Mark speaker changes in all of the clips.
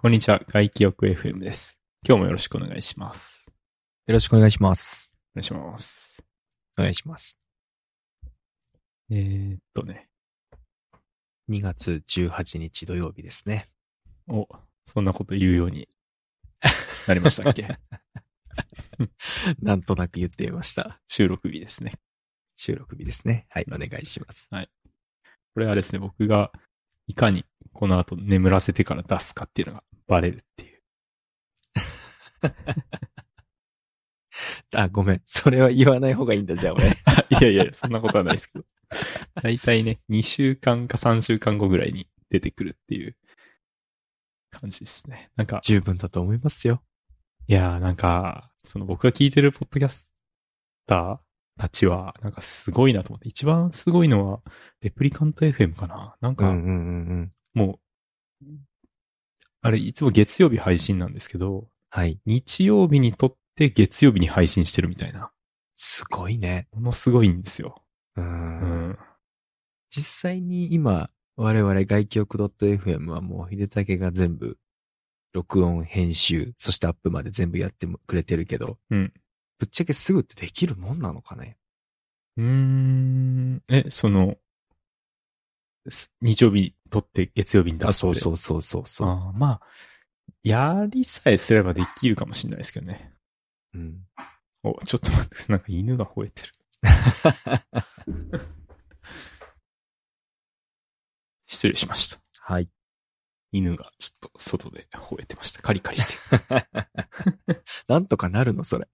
Speaker 1: こんにちは、外記憶 FM です。今日もよろしくお願いします。
Speaker 2: よろしくお願いします。
Speaker 1: お願いします。
Speaker 2: お願いします。
Speaker 1: えー、っとね、
Speaker 2: 2月18日土曜日ですね。
Speaker 1: お、そんなこと言うようになりましたっけ
Speaker 2: なんとなく言ってみました。
Speaker 1: 収録日ですね。
Speaker 2: 収録日ですね。はい、お願いします。
Speaker 1: これはですね、僕がいかにこの後眠らせてから出すかっていうのがバレるっていう。
Speaker 2: あ、ごめん。それは言わない方がいいんだ、じゃあ俺。
Speaker 1: いやいや、そんなことはないですけど。だいたいね、2週間か3週間後ぐらいに出てくるっていう感じですね。なんか、
Speaker 2: 十分だと思いますよ。
Speaker 1: いやーなんか、その僕が聞いてるポッドキャスターたちは、なんかすごいなと思って、一番すごいのは、レプリカント FM かななん
Speaker 2: うんう
Speaker 1: か、
Speaker 2: んうんうん。
Speaker 1: もう、あれ、いつも月曜日配信なんですけど、
Speaker 2: はい。
Speaker 1: 日曜日に撮って月曜日に配信してるみたいな、
Speaker 2: すごいね。
Speaker 1: ものすごいんですよ。
Speaker 2: う。
Speaker 1: うんん。
Speaker 2: 実際に今、我々外記憶 .fm はもう、秀武が全部、録音、編集、そしてアップまで全部やってもくれてるけど、
Speaker 1: うん
Speaker 2: ぶっちゃけすぐってできるもんなのかね
Speaker 1: うーん、え、その、す日曜日に撮って月曜日に出す
Speaker 2: あ、そう
Speaker 1: う
Speaker 2: そうそうそうそう。
Speaker 1: あーまあ、やりさえすればできるかもしれないですけどね。
Speaker 2: うん。
Speaker 1: お、ちょっと待って、なんか犬が吠えてる。 失礼しました。
Speaker 2: はい。
Speaker 1: 犬がちょっと外で吠えてました。カリカリ して。
Speaker 2: なんとかなるの、それ。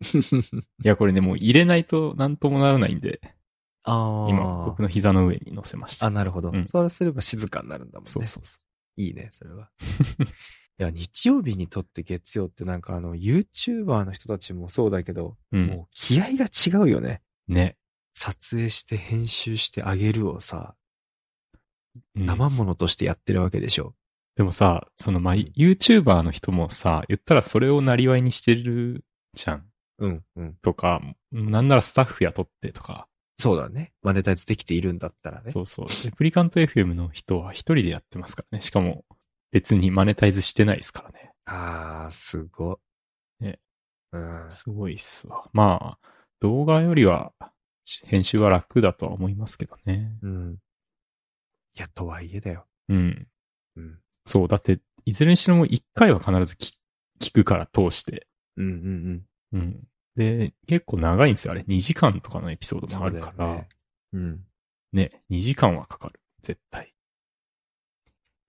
Speaker 1: いや、これね、もう入れないとなんともならないんで、
Speaker 2: あ
Speaker 1: 今、僕の膝の上に乗せました。
Speaker 2: あ、なるほど。
Speaker 1: うん
Speaker 2: そうすれば静かになるんだもんね。
Speaker 1: そうそうそ
Speaker 2: いいね、それ は。いや、日曜日にとって月曜ってなんかあの、YouTuber の人たちもそうだけど、
Speaker 1: う。うん。
Speaker 2: もう気合が違うよね。
Speaker 1: ね。
Speaker 2: 撮影して編集してあげるをさ、
Speaker 1: うん
Speaker 2: 生ものとしてやってるわけでしょ。
Speaker 1: でもさ、その、まあ、YouTuber の人もさ、言ったらそれをなりわいにしてるじゃん。
Speaker 2: うん、うん。
Speaker 1: とか、なんならスタッフ雇ってとか。
Speaker 2: そうだね。マネタイズできているんだったらね。
Speaker 1: そうそう。レプリカント FM の人は一人でやってますからね。しかも、別にマネタイズしてないですからね。
Speaker 2: ああ、すごい。
Speaker 1: ね。
Speaker 2: うん。
Speaker 1: すごいっすわ。まあ、動画よりは、編集は楽だとは思いますけどね。
Speaker 2: うん。いや、とはいえだよ。
Speaker 1: うん。
Speaker 2: うん。
Speaker 1: そう。だって、いずれにしろも一回は必ず聞聞くから通して。
Speaker 2: うんうんう
Speaker 1: う
Speaker 2: ん。
Speaker 1: ん。で、結構長いんですよ。あれ、2時間とかのエピソードもあるから、ね
Speaker 2: うん。
Speaker 1: 2時間はかかる。絶対。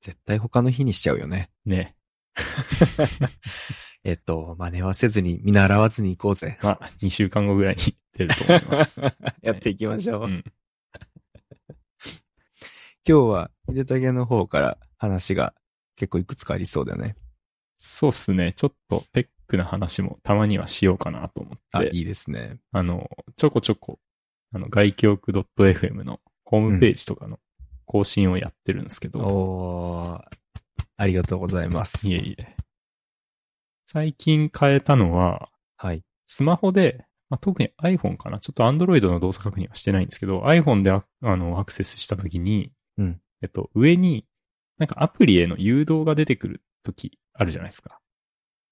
Speaker 2: 絶対他の日にしちゃうよね。
Speaker 1: ね。
Speaker 2: えっと、真似はせずに、見習わずに行こ うぜ。
Speaker 1: まあ、2週間後ぐらいに出ると思い ます。
Speaker 2: やっていきましょう。
Speaker 1: うん。
Speaker 2: 今日は、秀武の方から話が結構いくつかありそうだよね。
Speaker 1: そうっすね。ちょっと、ペックな話もたまにはしようかなと思って。
Speaker 2: あ、いいですね。
Speaker 1: あの、ちょこちょこ、あの、外記憶 .fm のホームページとかの更新をやってるんですけど、
Speaker 2: おー、ありがとうございます。
Speaker 1: いえいえ。最近変えたのは、
Speaker 2: はい。
Speaker 1: スマホで、まあ、特に iPhone かな。ちょっと Android の動作確認はしてないんですけど、iPhone でああのアクセスしたときに、
Speaker 2: うん
Speaker 1: えっと、上に、なんかアプリへの誘導が出てくるときあるじゃないですか。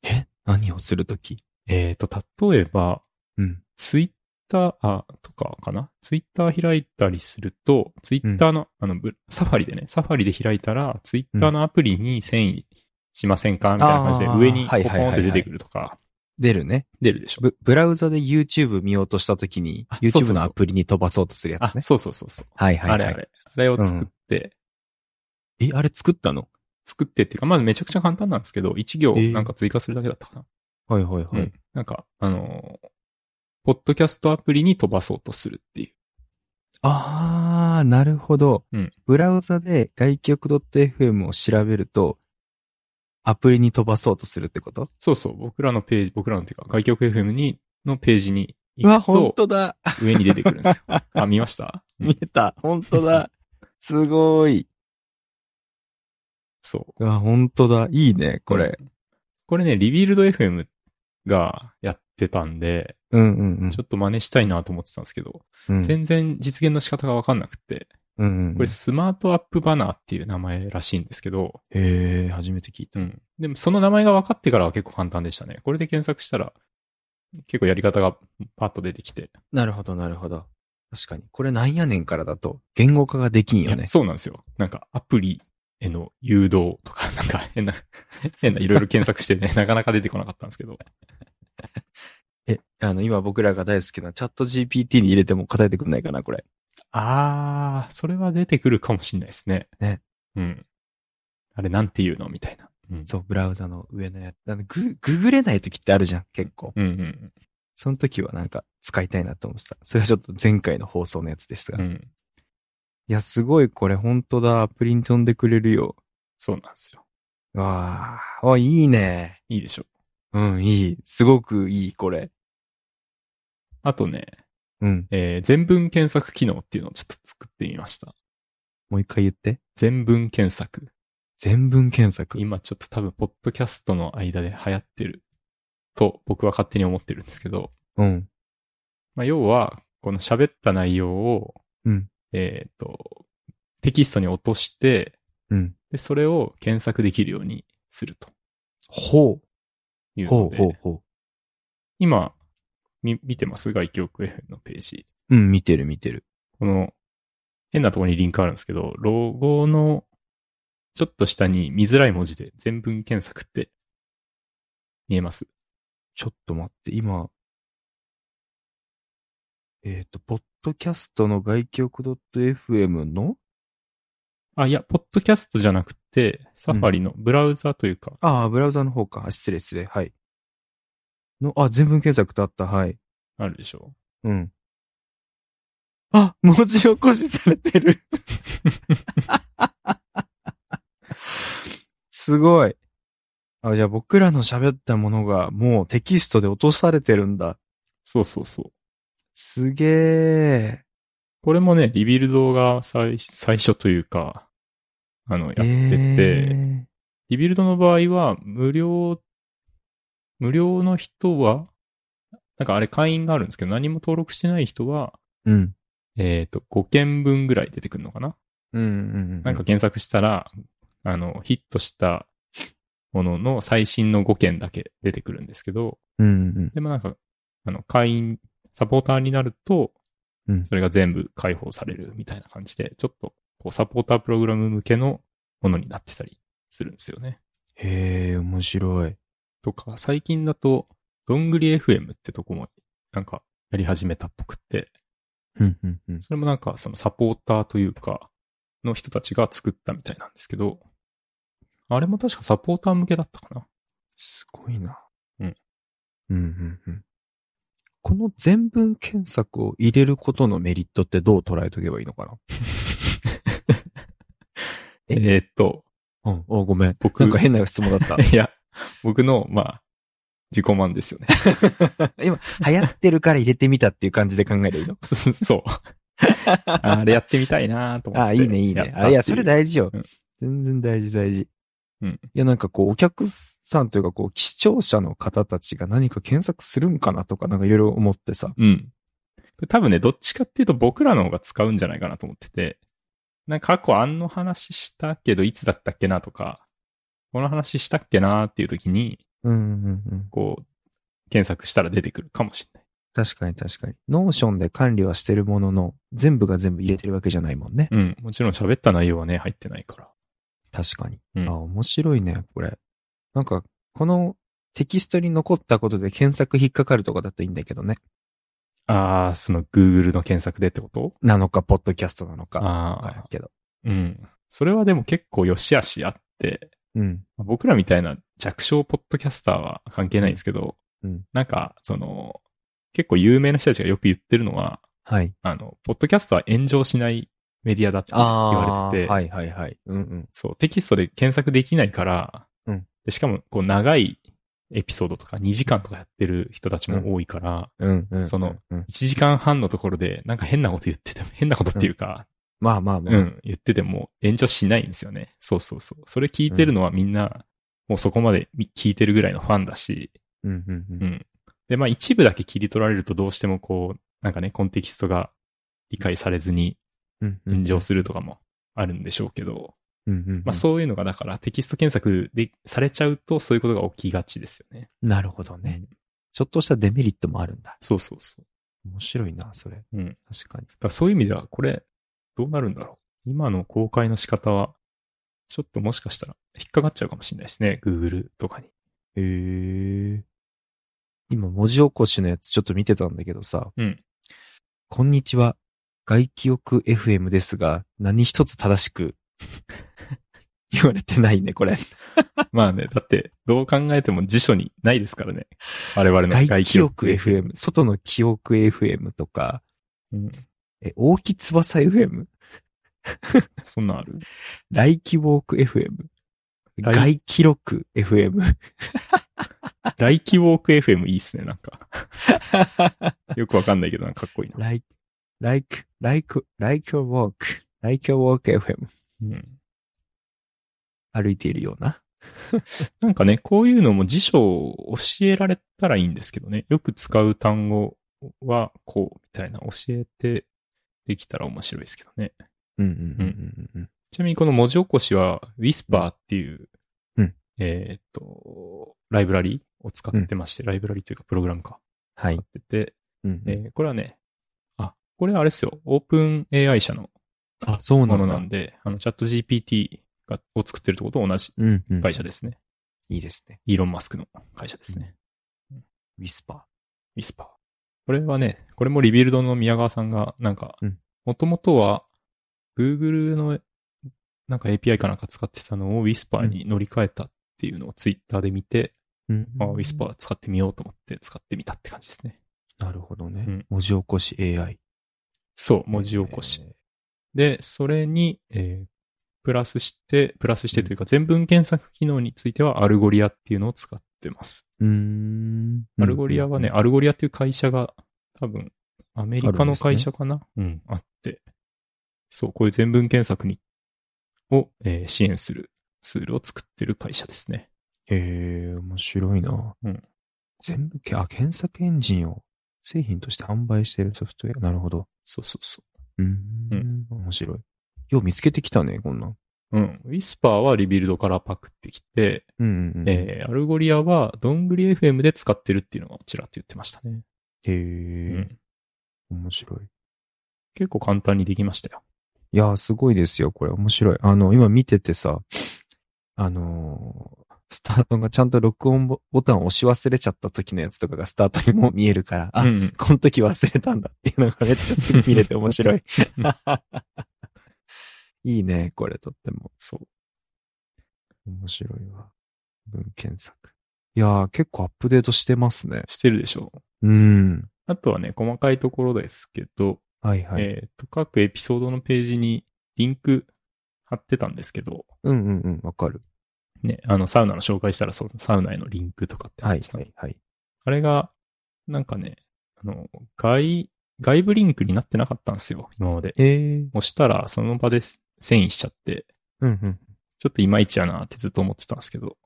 Speaker 2: え何をするとき
Speaker 1: えっ、と、例えば、
Speaker 2: うん。
Speaker 1: ツイッター、あ、とかかなツイッター開いたりすると、ツイッターの、あの、ブサファリでね、サファリで開いたら、ツイッターのアプリに遷移しませんかみたいな感じで、
Speaker 2: あー
Speaker 1: 上にポ
Speaker 2: はい
Speaker 1: コ
Speaker 2: はいはい
Speaker 1: ーン
Speaker 2: は
Speaker 1: っ
Speaker 2: い
Speaker 1: て出てくるとか、
Speaker 2: 出るね。
Speaker 1: 出るでしょ。
Speaker 2: ブブラウザで YouTube 見ようとしたときに
Speaker 1: あ、そうそうそ
Speaker 2: YouTube
Speaker 1: う
Speaker 2: のアプリに飛ばそうとするやつ
Speaker 1: あ、
Speaker 2: ね。
Speaker 1: そうそうそうそう。
Speaker 2: はいはい、はい。
Speaker 1: あれあれ。あれを作って、
Speaker 2: え、あれ作ったの
Speaker 1: 作ってっていうか、まあめちゃくちゃ簡単なんですけど、1行
Speaker 2: えー
Speaker 1: なんか追加するだけだったかな。
Speaker 2: はいはいは
Speaker 1: う
Speaker 2: い。
Speaker 1: んなんか、あのーポッドキャストアプリに飛ばそうとするっていう。
Speaker 2: ああ、なるほど。
Speaker 1: うん
Speaker 2: ブラウザで外局 .fm を調べると、アプリに飛ばそうとするってこと
Speaker 1: そうそう、僕らのページ、僕らのっていうか、外局 FM に、のページに
Speaker 2: う
Speaker 1: 行
Speaker 2: わ、
Speaker 1: くと
Speaker 2: 本、当だ。
Speaker 1: 上に出てくるんです よ。あ、見ました、うん
Speaker 2: 見えた。本当 だ。すごい。
Speaker 1: そう。
Speaker 2: うわ、本当だ。いいね、これ。
Speaker 1: うん。これね、リビルド FM がやってたんで、
Speaker 2: うんうんうん
Speaker 1: ちょっと真似したいなと思ってたんですけど、
Speaker 2: うん。
Speaker 1: 全然実現の仕方がわかんなくて、
Speaker 2: うんうん。
Speaker 1: これスマートアップバナーっていう名前らしいんですけど、
Speaker 2: へえ、初めて聞いた。
Speaker 1: うん。でもその名前が分かってからは結構簡単でしたね。これで検索したら、結構やり方がパッと出てきて。
Speaker 2: なるほど、なるほど。確かに。これなんやねんからだと、言語化ができんよ
Speaker 1: い
Speaker 2: ね
Speaker 1: や。そうなんですよ。なんかアプリへの誘導とか、 なんか変な、変ないろいろ検索してね、 なかなか出てこなかったんですけど。
Speaker 2: え、あの、今僕らが大好きなチャット GPT に入れても答えてくんないかな、これ。
Speaker 1: あー、それは出てくるかもしんないですね。
Speaker 2: ね。
Speaker 1: うん。あれなんて言うのみたいな。うん。
Speaker 2: そう、ブラウザの上のやつ。あのグ、ググれない時ってあるじゃん、結構。
Speaker 1: うんうん
Speaker 2: その時はなんか使いたいなと思ってた。それはちょっと前回の放送のやつですが。
Speaker 1: うん。う
Speaker 2: い
Speaker 1: ん。
Speaker 2: や、すごいこれ本当だ。アプリに飛んでくれるよ。
Speaker 1: そうなんですよ。
Speaker 2: わあ、お、いいね。
Speaker 1: いいでしょう。
Speaker 2: うん、いい。すごくいい、これ。
Speaker 1: あとね、
Speaker 2: うん。
Speaker 1: えー全文検索機能っていうのをちょっと作ってみました。
Speaker 2: もう一回言って。
Speaker 1: 全文検索。
Speaker 2: 全文検索。
Speaker 1: 今ちょっと多分、ポッドキャストの間で流行ってると僕は勝手に思ってるんですけど、
Speaker 2: うん。
Speaker 1: まあ、要は、この喋った内容を、
Speaker 2: うん
Speaker 1: えっ、と、テキストに落として、
Speaker 2: うん。
Speaker 1: で、それを検索できるようにすると
Speaker 2: ほ。
Speaker 1: いうう
Speaker 2: ほ
Speaker 1: の
Speaker 2: う
Speaker 1: で、
Speaker 2: ほうほ
Speaker 1: 今、み見てます外記憶 FM のページ。
Speaker 2: う。うん、見てる見てる。
Speaker 1: この、変なところにリンクあるんですけど、ロゴのちょっと下に見づらい文字で全文検索って見えます。
Speaker 2: ちょっと待って、今。えっ、と、ポッドキャストの外局 .fm の
Speaker 1: あ、いや、ポッドキャストじゃなくて、サファリのブラウザというか、
Speaker 2: ああ、ブラウザの方か。あ失礼失礼。はい。の、あ、全文検索とあった。はい。
Speaker 1: あるでしょ
Speaker 2: うん。あ、文字起こしされ てる。すごい。あ、じゃあ僕らの喋ったものがもうテキストで落とされてるんだ。
Speaker 1: そうそうそう。
Speaker 2: すげえ。
Speaker 1: これもね、リビルドが最最初というか、あの、やってて、
Speaker 2: え
Speaker 1: リビルドの場合は、無料、無料の人は、なんかあれ会員があるんですけど、何も登録してない人は、
Speaker 2: ーうん。
Speaker 1: えっ、と、5件分ぐらい出てくるのかな
Speaker 2: うんうん。
Speaker 1: なんか、検索したら、あの、ヒットしたものの最新の5件だけ出てくるんですけど、
Speaker 2: うんうん。
Speaker 1: でもなんか、あの、会員、サポーターになると
Speaker 2: うん、
Speaker 1: それが全部解放されるみたいな感じで、ちょっと、こう、サポータープログラム向けのものになってたりするんですよね。
Speaker 2: へえ、面白い。
Speaker 1: とか、最近だと、どんぐり FM ってとこも、なんか、やり始めたっぽくって、
Speaker 2: うんうんうん。
Speaker 1: それもなんか、そのサポーターというか、の人たちが作ったみたいなんですけど、あれも確かサポーター向けだったかな。
Speaker 2: すごいな。
Speaker 1: うん。
Speaker 2: うんうんうん。この全文検索を入れることのメリットってどう捉えとけばいいのかなえ
Speaker 1: えーっと、
Speaker 2: うん。お、ごめん。
Speaker 1: 僕
Speaker 2: なんか変な質問だ った。
Speaker 1: いや、僕の、まあ、自己満ですよね。
Speaker 2: 今、流行ってるから入れてみたっていう感じで考えればいいの
Speaker 1: そう。あれやってみたいなと思って。
Speaker 2: あ、い いね、いい
Speaker 1: やっ
Speaker 2: ね。
Speaker 1: たって
Speaker 2: あ、いや、それ大事よ
Speaker 1: うん。
Speaker 2: 全然大事、大事。
Speaker 1: うん
Speaker 2: いや、なんかこう、お客さんというか、こう、視聴者の方たちが何か検索するんかなとか、なんかいろいろ思ってさ。
Speaker 1: うん。多分ね、どっちかっていうと僕らの方が使うんじゃないかなと思ってて、なんか過去あんの話したけどいつだったっけなとか、この話したっけなっていう時に、
Speaker 2: うん、うん、うん。
Speaker 1: こう、検索したら出てくるかもしれない。
Speaker 2: 確かに確かに。ノーションで管理はしてるものの、全部が全部入れてるわけじゃないもんね。
Speaker 1: うん。もちろん喋った内容はね、入ってないから。
Speaker 2: 確かに。
Speaker 1: うん
Speaker 2: あ、面白いね、これ。なんか、このテキストに残ったことで検索引っかかるとかだといいんだけどね。
Speaker 1: あー、その Google の検索でってこと
Speaker 2: なのか、ポッドキャストなのか。わからん
Speaker 1: あ
Speaker 2: けど。
Speaker 1: ー、うん。それはでも結構良し悪しあって、
Speaker 2: うん。
Speaker 1: 僕らみたいな弱小ポッドキャスターは関係ないんですけど、
Speaker 2: うん
Speaker 1: なんか、その、結構有名な人たちがよく言ってるのは、
Speaker 2: はい。
Speaker 1: あの、ポッドキャストは炎上しないメディアだって言われてて、
Speaker 2: はいはいはい。うんうん。
Speaker 1: そう、テキストで検索できないから、
Speaker 2: うん
Speaker 1: でしかも、こう、長いエピソードとか2時間とかやってる人たちも多いから、
Speaker 2: うんうん。
Speaker 1: その
Speaker 2: うん、
Speaker 1: 1時間半のところで、なんか変なこと言ってても、 変なことっていうか、
Speaker 2: まあまあ
Speaker 1: うん、
Speaker 2: まあ。
Speaker 1: 言ってても炎上しないんですよね。そうそうそう。それ聞いてるのはみんな、もうそこまで聞いてるぐらいのファンだし、
Speaker 2: うんうんう。
Speaker 1: うんん。で、まあ一部だけ切り取られるとどうしてもこう、なんかね、コンテキストが理解されずに、
Speaker 2: うんうん
Speaker 1: 炎上するとかもあるんでしょうけど、
Speaker 2: うんうんうん
Speaker 1: まあそういうのがだからテキスト検索でされちゃうとそういうことが起きがちですよね。
Speaker 2: なるほどね。ちょっとしたデメリットもあるんだ。
Speaker 1: そうそうそ
Speaker 2: 面白いな、それ。
Speaker 1: う。うん。
Speaker 2: 確かに。
Speaker 1: だからそういう意味では、これ、どうなるんだろう。今の公開の仕方は、ちょっともしかしたら引っかかっちゃうかもしれないですね。Google とかに。
Speaker 2: へえ。今、文字起こしのやつちょっと見てたんだけどさ。
Speaker 1: うん。
Speaker 2: こんにちは。外記憶 FM ですが、何一つ正しく 言われてないね、これ。
Speaker 1: まあね、だって、どう考えても辞書にないですからね。我々の
Speaker 2: 外
Speaker 1: 外
Speaker 2: 記
Speaker 1: 記
Speaker 2: 憶
Speaker 1: 憶。
Speaker 2: FM。外の記憶 FM とか、
Speaker 1: うん。
Speaker 2: え、大木翼 FM?
Speaker 1: そんなんある。
Speaker 2: 来記ウォーク FM?
Speaker 1: 来
Speaker 2: 外記録 FM?
Speaker 1: 来期ウォーク FM いいっすね、なん か。よくわかんないけど、なんかかっこいいな。
Speaker 2: like, like, like, like your walk, like your walk FM.
Speaker 1: うん。
Speaker 2: 歩いているような。
Speaker 1: なんかね、こういうのも辞書を教えられたらいいんですけどね。よく使う単語はこう、みたいな教えてできたら面白いですけどね。
Speaker 2: うんうんうんうんうん。
Speaker 1: ちなみにこの文字起こしは Whisper っていう、
Speaker 2: うん
Speaker 1: えーっと、ライブラリを使ってまして、ライブラリというかプログラムか。
Speaker 2: はい
Speaker 1: 使。ってて、
Speaker 2: うん
Speaker 1: えーこれはね、あ、これはあれですよ。OpenAI 社の
Speaker 2: あ、そうな
Speaker 1: も
Speaker 2: の
Speaker 1: の
Speaker 2: な
Speaker 1: なんん
Speaker 2: だ。
Speaker 1: で、あの、チャット GPT がを作ってるとこと同じ
Speaker 2: うん、うん。
Speaker 1: 会社ですね。
Speaker 2: いいですね。
Speaker 1: イーロン・マスクの会社ですね。
Speaker 2: ウィスパ
Speaker 1: ウィスパー。これはね、これもリビルドの宮川さんが、なんか
Speaker 2: うん、
Speaker 1: もともとは、Google の、なんか API かなんか使ってたのを Whisper に乗り換えたっていうのを Twitter で見て、
Speaker 2: ー。うん
Speaker 1: あ、Whisper 使ってみようと思って使ってみたって感じですね。
Speaker 2: なるほどね。
Speaker 1: うん
Speaker 2: 文字起こし AI。
Speaker 1: そう、文字起こし。
Speaker 2: えー。
Speaker 1: で、それに、えープラスして、プラスしてというか、全文検索機能についてはアルゴリアっていうのを使ってます。
Speaker 2: うーん。
Speaker 1: アルゴリアはね、
Speaker 2: うん、
Speaker 1: アルゴリアっていう会社が、多分、アメリカの会社かな、うん、あって、そう、こういう全文検索に、を、えー支援するツールを作ってる会社ですね。
Speaker 2: へえ、面白いな。
Speaker 1: うん。
Speaker 2: 全部け、あ、検索エンジンを製品として販売しているソフトウェア。なるほど。
Speaker 1: そうそうそう
Speaker 2: ーん。面白い。よう見つけてきたね、こんなん。
Speaker 1: う。うん。ウィスパーはリビルドからパクってきて、
Speaker 2: うんうんうん。
Speaker 1: えーアルゴリアはどんぐり FM で使ってるっていうのがちらっと言ってましたね。う
Speaker 2: へえ、
Speaker 1: ん。
Speaker 2: 面白い。
Speaker 1: 結構簡単にできましたよ。
Speaker 2: いやー、すごいですよ、これ。面白い。あの、今見ててさ、あのースタートがちゃんと録音ボボタンを押し忘れちゃった時のやつとかがスタートにも見えるから、あ、
Speaker 1: うんうん、
Speaker 2: この時忘れたんだっていうのがめっちゃすぐ見れて面 白い。いいね、これとっても。
Speaker 1: そう。
Speaker 2: 面白いわ。文検索。いやー、結構アップデートしてますね。
Speaker 1: してるでしょう。
Speaker 2: うん。
Speaker 1: あとはね、細かいところですけど、
Speaker 2: はいはい。
Speaker 1: えっ、と、各エピソードのページにリンク貼ってたんですけど、
Speaker 2: うんうんうん、わかる。
Speaker 1: ね、あの、サウナの紹介したら、そう、サウナへのリンクとかって貼
Speaker 2: は
Speaker 1: っ
Speaker 2: い
Speaker 1: てた
Speaker 2: は
Speaker 1: の
Speaker 2: いはい。
Speaker 1: あれが、なんかね、あの、外、外部リンクになってなかったんですよ、今まで。
Speaker 2: えー、
Speaker 1: 押したら、その場で遷移しちゃって、
Speaker 2: うんうん。
Speaker 1: ちょっといまいちやなってずっと思ってたんですけど、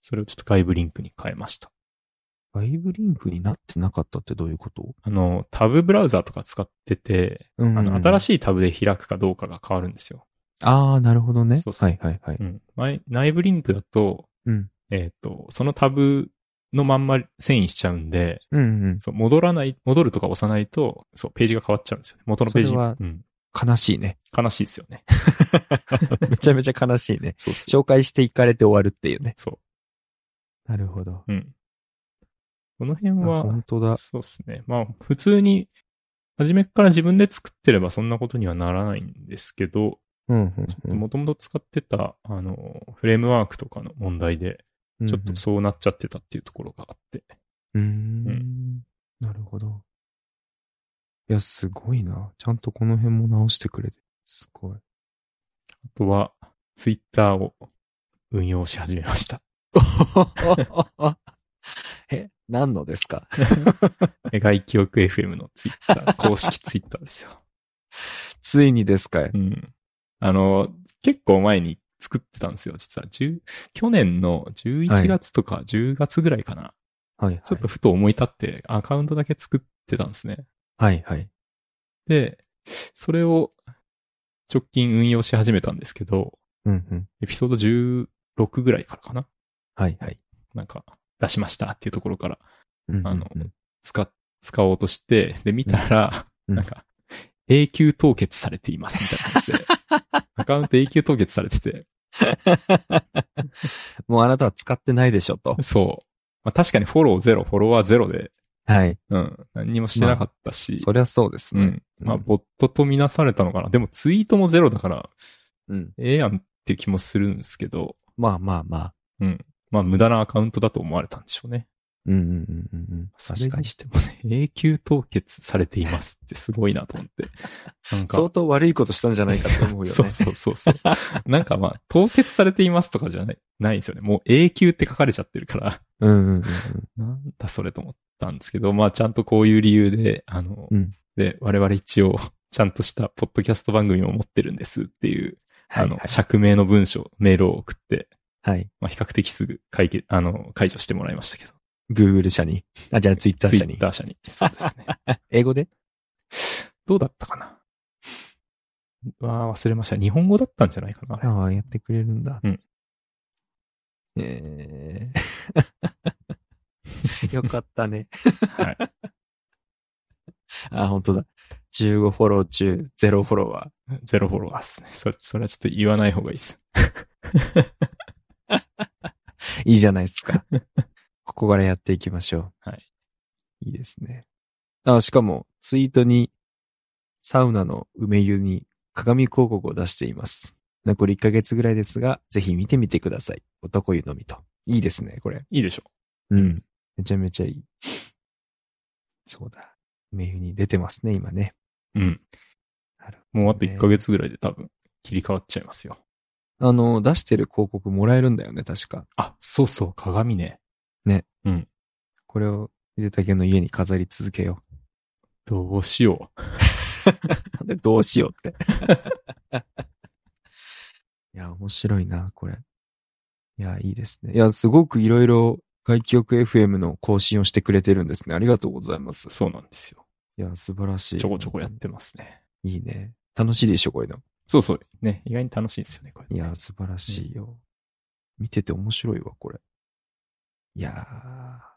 Speaker 1: それをちょっと外部リンクに変えました。
Speaker 2: 外部リンクになってなかったってどういうこと
Speaker 1: あの、タブブラウザーとか使ってて、
Speaker 2: うんうん
Speaker 1: あ
Speaker 2: うん、
Speaker 1: の、新
Speaker 2: い。
Speaker 1: しいタブで開くかどうかが変わるんですよ。
Speaker 2: ああ、なるほどね。
Speaker 1: そうそう
Speaker 2: はいはいはい。
Speaker 1: うん。内内部リンクだと、
Speaker 2: うん
Speaker 1: えっ、と、そのタブのまんま遷移しちゃうんで、
Speaker 2: うんうん。
Speaker 1: そう戻らない、戻るとか押さないと、そう、ページが変わっちゃうんですよね。元のページ
Speaker 2: そ
Speaker 1: に。
Speaker 2: れは
Speaker 1: うん。
Speaker 2: 悲しいね。
Speaker 1: 悲しいですよね。
Speaker 2: めちゃめちゃ悲しいね。
Speaker 1: そうそう。
Speaker 2: 紹介していかれて終わるっていうね。
Speaker 1: そ
Speaker 2: なるほど。
Speaker 1: う。うん。この辺
Speaker 2: あ
Speaker 1: は
Speaker 2: 本、当だ。
Speaker 1: そうですね。まあ、普通に、初めから自分で作ってればそんなことにはならないんですけど、
Speaker 2: うんうんうん
Speaker 1: もともと使ってた、あの、フレームワークとかの問題で、
Speaker 2: うんうん。
Speaker 1: ちょっとそうなっちゃってたっていうところがあって、
Speaker 2: う
Speaker 1: う
Speaker 2: ー。
Speaker 1: ん
Speaker 2: なるほど。いや、すごいな。ちゃんとこの辺も直してくれて。すご い。
Speaker 1: あとは、ツイッターを運用し始めました。
Speaker 2: え、何のですか
Speaker 1: 外記憶 FM のツイッ ター、公式ツイッターですよ。
Speaker 2: ついにですかい
Speaker 1: うん。あの、結構前に作ってたんですよ、実は。10去年の11月とか10月ぐらいかな。
Speaker 2: はいはい。
Speaker 1: ちょっとふと思い立ってアカウントだけ作ってたんですね。
Speaker 2: はいはい。
Speaker 1: で、それを直近運用し始めたんですけど、
Speaker 2: うんうん。
Speaker 1: エピソード16ぐらいからかな
Speaker 2: はいはい。
Speaker 1: なんか、出しましたっていうところから
Speaker 2: うんうんうん
Speaker 1: あの使っ、使おうとして、で、見たら、
Speaker 2: うん
Speaker 1: なんか、永久凍結されていますみたいな感じで、 アカウント永久凍結されてて、
Speaker 2: もうあなたは使ってないでしょと。
Speaker 1: そう。まあ、確かにフォローゼロ、フォロワーゼロで、
Speaker 2: はい。
Speaker 1: うん、何にもしてなかったし、
Speaker 2: そりゃそうです
Speaker 1: う
Speaker 2: ね
Speaker 1: ん。。まあ、ボットとみなされたのかな。でもツイートもゼロだから、
Speaker 2: うん。
Speaker 1: ええやんっていう気もするんですけど、
Speaker 2: まあまあまあ。
Speaker 1: まあ、無駄なアカウントだと思われたんでしょうね。
Speaker 2: うんうんうんうんうん。
Speaker 1: それ
Speaker 2: 確か
Speaker 1: に
Speaker 2: に。
Speaker 1: してもね、永久凍結されていますってすごいなと思って。なんか、
Speaker 2: 相当悪いことしたんじゃないかと思うよね。
Speaker 1: そうそうそう そう。なんかまあ、凍結されていますとかじゃない、ないんですよね。もう永久って書かれちゃってる から、
Speaker 2: うんうんうんうん。
Speaker 1: なんだそれと思ったんですけど、まあちゃんとこういう理由で、あの、
Speaker 2: うん
Speaker 1: で、我々一応、ちゃんとしたポッドキャスト番組を持ってるんですっていう、
Speaker 2: はい
Speaker 1: あの
Speaker 2: は、い
Speaker 1: 釈明の文章、メールを送って、
Speaker 2: はい。
Speaker 1: まあ比較的すぐ解決、あの、解除してもらいましたけど。
Speaker 2: Google 社に。あ、じゃあ Twitter 社に。
Speaker 1: Twitter 社に。そうですね。
Speaker 2: 英語で
Speaker 1: どうだったかなわあ、忘れました。日本語だったんじゃないかなあれ
Speaker 2: ああ、やってくれるんだ。
Speaker 1: うん。
Speaker 2: えー よかったね。
Speaker 1: はい。
Speaker 2: あ、本当だ。15フォロー中、0フォロワー。
Speaker 1: ゼロフォロワーですね。それ、それはちょっと言わない方がいいです。
Speaker 2: いいじゃないですか。 ここからやっていきましょう。
Speaker 1: はい。
Speaker 2: いいですね。あ、しかも、ツイートに、サウナの梅湯に鏡広告を出しています。残り1ヶ月ぐらいですが、ぜひ見てみてください。男湯のみと。いいですね、これ。
Speaker 1: いいでしょ。
Speaker 2: うんめちゃめちゃいい。そうだ。梅湯に出てますね、今ね。
Speaker 1: う。うん。
Speaker 2: なる
Speaker 1: もうあと1ヶ月ぐらいで多分切り替わっちゃいますよ。
Speaker 2: あの、出してる広告もらえるんだよね、確か。
Speaker 1: あ、そうそう、鏡ね。
Speaker 2: これを、ゆでたけの家に飾り続けよう。
Speaker 1: どうしよう。
Speaker 2: で、どうしようって。 いや、面白いな、これ。いや、いいですね。いや、すごくいろいろ外記憶 FM の更新をしてくれてるんですね。ありがとうございます。
Speaker 1: そうなんですよ。
Speaker 2: いや、素晴らしい。
Speaker 1: ちょこちょこやってますね。
Speaker 2: いいね。楽しいでしょ、こういうの。
Speaker 1: そうそう。ね。意外に楽しいんですよね、これ。
Speaker 2: いや、素晴らしいよ。見てて面白いわ、これ。いやー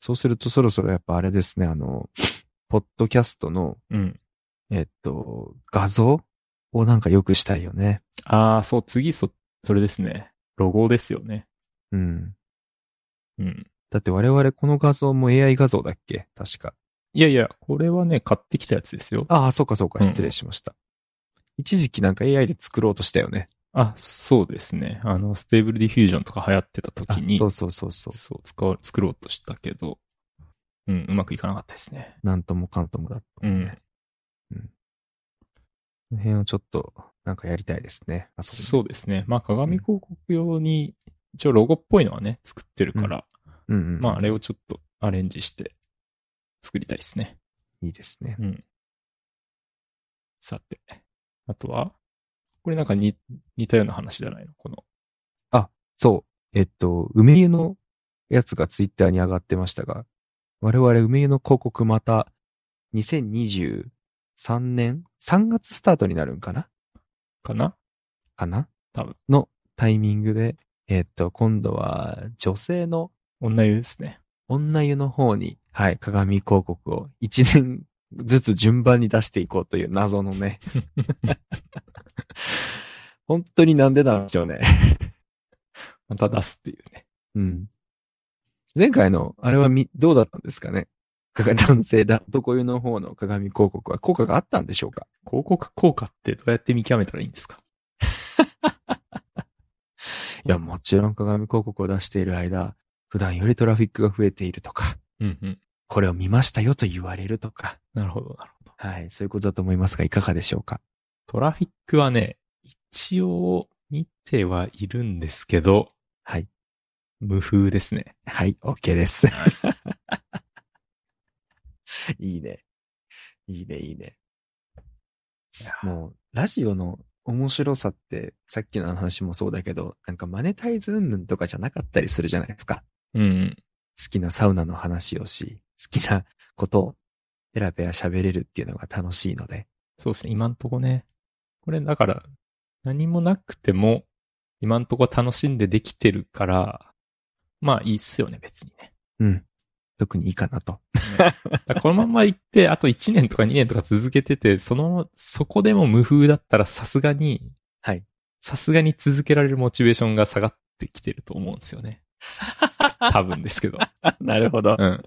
Speaker 2: そうするとそろそろやっぱあれですね、あの、ポッドキャストの、
Speaker 1: うん。
Speaker 2: えっと、画像をなんか良くしたいよね。
Speaker 1: ああ、そう、次、そ、それですね。ロゴですよね。
Speaker 2: うん。
Speaker 1: うん。
Speaker 2: だって我々この画像も AI 画像だっけ確か。
Speaker 1: いやいや、これはね、買ってきたやつですよ。
Speaker 2: ああ、そうかそうか、
Speaker 1: うん
Speaker 2: 失礼しました。一時期なんか AI で作ろうとしたよね。
Speaker 1: あ、そうですね。あの、ステーブルディフュージョンとか流行ってた時
Speaker 2: あ
Speaker 1: に、
Speaker 2: そうそうそうそ
Speaker 1: そう使う、作ろうとしたけど、うん、うまくいかなかったですね。
Speaker 2: う。なんともかんともだった、
Speaker 1: うん。
Speaker 2: この辺をちょっと、なんかやりたいですね。あ
Speaker 1: そうですね。まあ、鏡広告用に、一応ロゴっぽいのはね、作ってるから、
Speaker 2: う。うんうん。
Speaker 1: まあ、あれをちょっとアレンジして作りたいですね。
Speaker 2: いいですね。
Speaker 1: うん。さて、あとは、これなんかに似たような話じゃないのこの。
Speaker 2: そう。えっと、梅湯のやつがツイッターに上がってましたが、我々梅湯の広告また2023年3月スタートになるんかな
Speaker 1: かな
Speaker 2: かな
Speaker 1: 多分
Speaker 2: のタイミングで、えっと、今度は女性の
Speaker 1: 女湯ですね。
Speaker 2: 女湯の方に、はい、鏡広告を1年 ずつ順番に出していこうという謎 のね。本当になんでなんでしょうね。
Speaker 1: また出すっていうね。
Speaker 2: うん。前回の、あれはみ、どうだったんですかね鏡男性だ、男湯の方の鏡広告は効果があったんでしょうか
Speaker 1: 広告効果ってどうやって見極めたらいいんですか
Speaker 2: いや、もちろん鏡広告を出している間、普段よりトラフィックが増えているとか、
Speaker 1: うんうん。
Speaker 2: これを見ましたよと言われるとか、
Speaker 1: なるほど、なるほど。
Speaker 2: はい、そういうことだと思いますが、いかがでしょうか
Speaker 1: トラフィックはね、一応見てはいるんですけど、
Speaker 2: はい。
Speaker 1: 無風ですね。
Speaker 2: はい、OK です。いい ね。いいね、いいね。もう、ラジオの面白さって、さっきの話もそうだけど、なんかマネタイズ云々とかじゃなかったりするじゃないですか。
Speaker 1: うんうん。
Speaker 2: 好きなサウナの話をし、好きなことをペラペラ喋れるっていうのが楽しいので。
Speaker 1: そうですね、今んとこね。これだから、何もなくても、今んとこ楽しんでできてるから、まあいいっすよね、別にね。
Speaker 2: うん。特にいいかなと。
Speaker 1: だからこのまんま行って、あと1年とか2年とか続けてて、その、そこでも無風だったらさすがに、
Speaker 2: はい。
Speaker 1: さすがに続けられるモチベーションが下がってきてると思うんですよ ね。多分ですけど。
Speaker 2: なるほど。
Speaker 1: うん。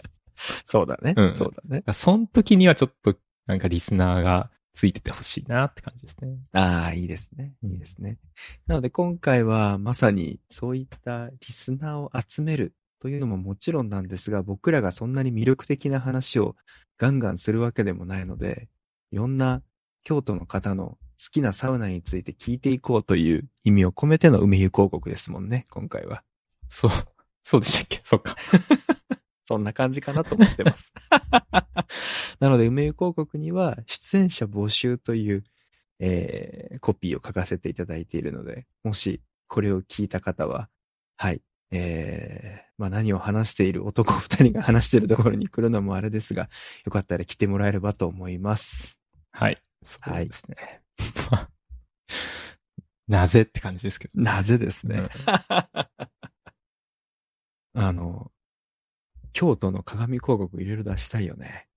Speaker 2: そうだね。
Speaker 1: うん
Speaker 2: そうだね。
Speaker 1: その時にはちょっと、なんかリスナーがついててほしいなって感じですね。
Speaker 2: ああ、いいですね。
Speaker 1: うん
Speaker 2: いいですね。なので今回はまさにそういったリスナーを集めるというのももちろんなんですが、僕らがそんなに魅力的な話をガンガンするわけでもないので、いろんな京都の方の好きなサウナについて聞いていこうという意味を込めての梅湯広告ですもんね、今回は。
Speaker 1: そう、そうでしたっけそっか。
Speaker 2: そんな感じかなと思ってます。 なので、梅湯広告には、出演者募集という、えーコピーを書かせていただいているので、もし、これを聞いた方は、はい、えーまあ何を話している男二人が話しているところに来るのもあれですが、よかったら来てもらえればと思います。
Speaker 1: はい。そうですね。 まあなぜって感じですけど。
Speaker 2: なぜです
Speaker 1: うん
Speaker 2: ね。あの、京都の鏡広告いろいろ出したいよね。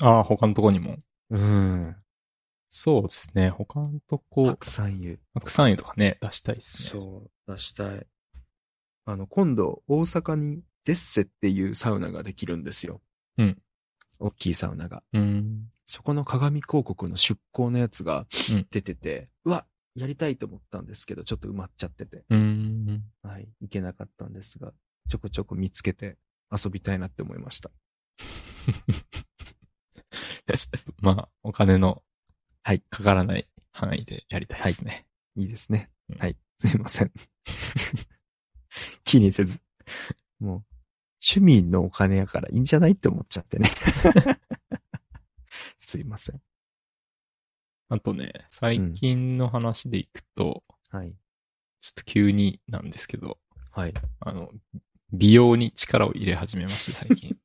Speaker 1: ああ、他のとこにも。
Speaker 2: うん。
Speaker 1: そうですね。他のと
Speaker 2: た
Speaker 1: こ、
Speaker 2: くさん言う。
Speaker 1: 白山湯とかね、出したいですね。
Speaker 2: そう、出したい。あの、今度、大阪にデッセっていうサウナができるんですよ。
Speaker 1: うん。
Speaker 2: 大きいサウナが。
Speaker 1: うん。
Speaker 2: そこの鏡広告の出向のやつが
Speaker 1: うん
Speaker 2: 出てて、うわやりたいと思ったんですけど、ちょっと埋まっちゃってて、
Speaker 1: うん。
Speaker 2: はい、行けなかったんですが、ちょこちょこ見つけて遊びたいなって思いました。
Speaker 1: ちょっとまあ、お金の、
Speaker 2: はい
Speaker 1: かからない範囲でやりたいですね。
Speaker 2: いいですね
Speaker 1: うん。
Speaker 2: はい。 すいません。気に せず。もう、趣味のお金やからいいんじゃないって思っちゃって ね。すいません。
Speaker 1: あとね、最近の話でいくと、
Speaker 2: はい。
Speaker 1: ちょっと急になんですけど、
Speaker 2: はい。
Speaker 1: あの、美容に力を入れ始めまして、最 近。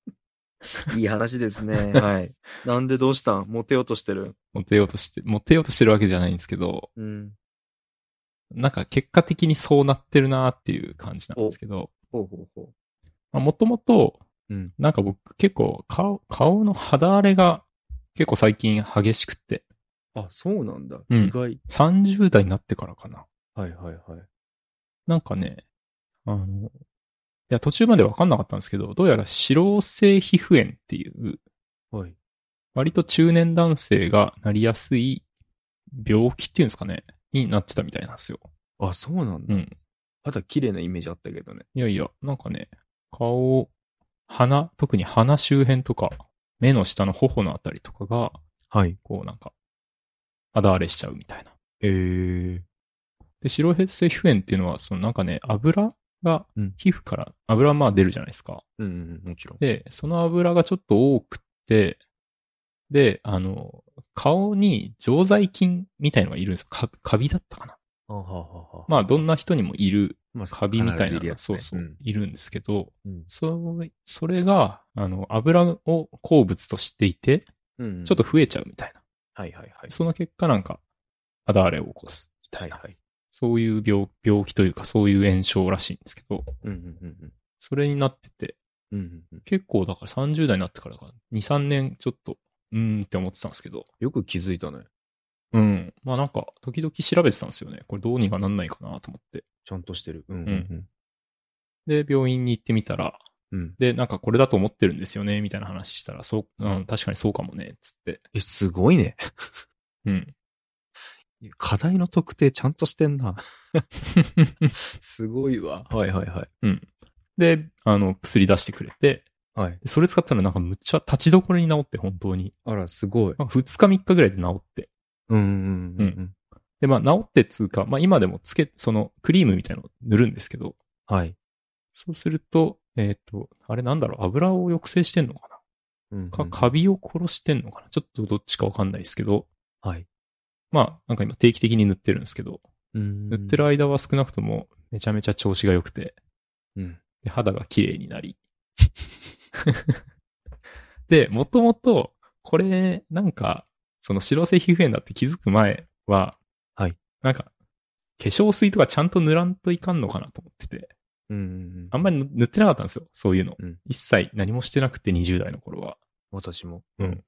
Speaker 2: いい話です ね。はい。なんでどうしたんモテようとしてる。
Speaker 1: モテようとして、モテようとしてるわけじゃないんですけど、
Speaker 2: うん。
Speaker 1: なんか結果的にそうなってるなっていう感じなんですけど、
Speaker 2: ほうほうほ
Speaker 1: まあもともと
Speaker 2: うん、
Speaker 1: なんか僕結構顔、顔の肌荒れが結構最近激しくって、
Speaker 2: う。あ、そうなんだ。
Speaker 1: うん
Speaker 2: 意外。
Speaker 1: 30代になってからかな。
Speaker 2: はいはいはい。
Speaker 1: なんかね、あの、いや途中までわかんなかったんですけど、どうやら脂漏性皮膚炎っていう
Speaker 2: はい。
Speaker 1: 割と中年男性がなりやすい病気っていうんですかね、になってたみたいなんですよ。
Speaker 2: あ、そうなん
Speaker 1: う
Speaker 2: だ。
Speaker 1: ん。
Speaker 2: まだ綺麗なイメージあったけどね。
Speaker 1: いやいや、なんかね、顔、鼻、特に鼻周辺とか、目の下の頬のあたりとかが、
Speaker 2: はい。
Speaker 1: こうなんか、肌荒れしちゃうみたいな。
Speaker 2: えー。
Speaker 1: で、白血性皮膚炎っていうのは、そのなんかね、油が
Speaker 2: うん、
Speaker 1: 皮膚から、油まあ出るじゃないですか。
Speaker 2: うん、もちろん。
Speaker 1: で、その油がちょっと多くって、で、あの、顔に常在菌みたいのがいるんですよ。かカビだったかな。
Speaker 2: あははは
Speaker 1: まあ、どんな人にもいる
Speaker 2: まあ
Speaker 1: カビみたいなのが、
Speaker 2: そ
Speaker 1: そうう
Speaker 2: そ
Speaker 1: そうう、
Speaker 2: ん。
Speaker 1: いるんですけど、
Speaker 2: うん
Speaker 1: それそれが、あの、油を鉱物としていて、
Speaker 2: うん
Speaker 1: ちょっと、増えちゃうみたいな。
Speaker 2: はいはいはい。
Speaker 1: その結果なんか、肌荒れを起こすみた
Speaker 2: はいい
Speaker 1: な。
Speaker 2: はい。
Speaker 1: そういう病病気というか、そういう炎症らしいんですけど、
Speaker 2: うんうんうん
Speaker 1: それになってて、
Speaker 2: うん。うんうんうん
Speaker 1: 結構だから30代になってからか、2、3年ちょっと、うーんって思ってたんですけど、
Speaker 2: よく気づいたね。
Speaker 1: うん。まあなんか、時々調べてたんですよね。これどうにかなんないかなと思って。
Speaker 2: ちゃんとしてる。うん
Speaker 1: で、病院に行ってみたら、
Speaker 2: うん。うん。
Speaker 1: で、なんかこれだと思ってるんですよね、みたいな話したら、そう、うん、確かにそうかもね、つって。
Speaker 2: え、すごいね。
Speaker 1: うん。
Speaker 2: 課題の特定ちゃんとしてんな。すごいわ。はいはいはい。
Speaker 1: で、あの、薬出してくれて、
Speaker 2: はい。
Speaker 1: それ使ったらなんかむっちゃ立ちどころに治って、本当に。
Speaker 2: あら、すごい。
Speaker 1: なんか2日3日ぐらいで治って。
Speaker 2: うんうん
Speaker 1: う
Speaker 2: うん。
Speaker 1: で、まあ治ってっつうか、まあ今でもつけ、そのクリームみたいのを塗るんですけど、
Speaker 2: はい。
Speaker 1: そうすると、えっ、と、あれなんだろう、油を抑制してんのか
Speaker 2: うん
Speaker 1: なか、カビを殺してんのかなちょっとどっちかわかんないですけど、
Speaker 2: はい。
Speaker 1: まあ、なんか今定期的に塗ってるんですけど、
Speaker 2: 塗
Speaker 1: 塗ってる間は少なくともめちゃめちゃ調子が良くて、
Speaker 2: うん。
Speaker 1: で 肌が綺麗になり。で、もともとこれ、なんか、その白性皮膚炎だって気づく前は、
Speaker 2: はい。
Speaker 1: なんか、化粧水とかちゃんと塗らんといかんのかなと思ってて、
Speaker 2: うんうん
Speaker 1: あんまり塗ってなかったんですよ、そういうの。
Speaker 2: うん
Speaker 1: 一切何もしてなくて20代の頃は。
Speaker 2: 私も。
Speaker 1: うん。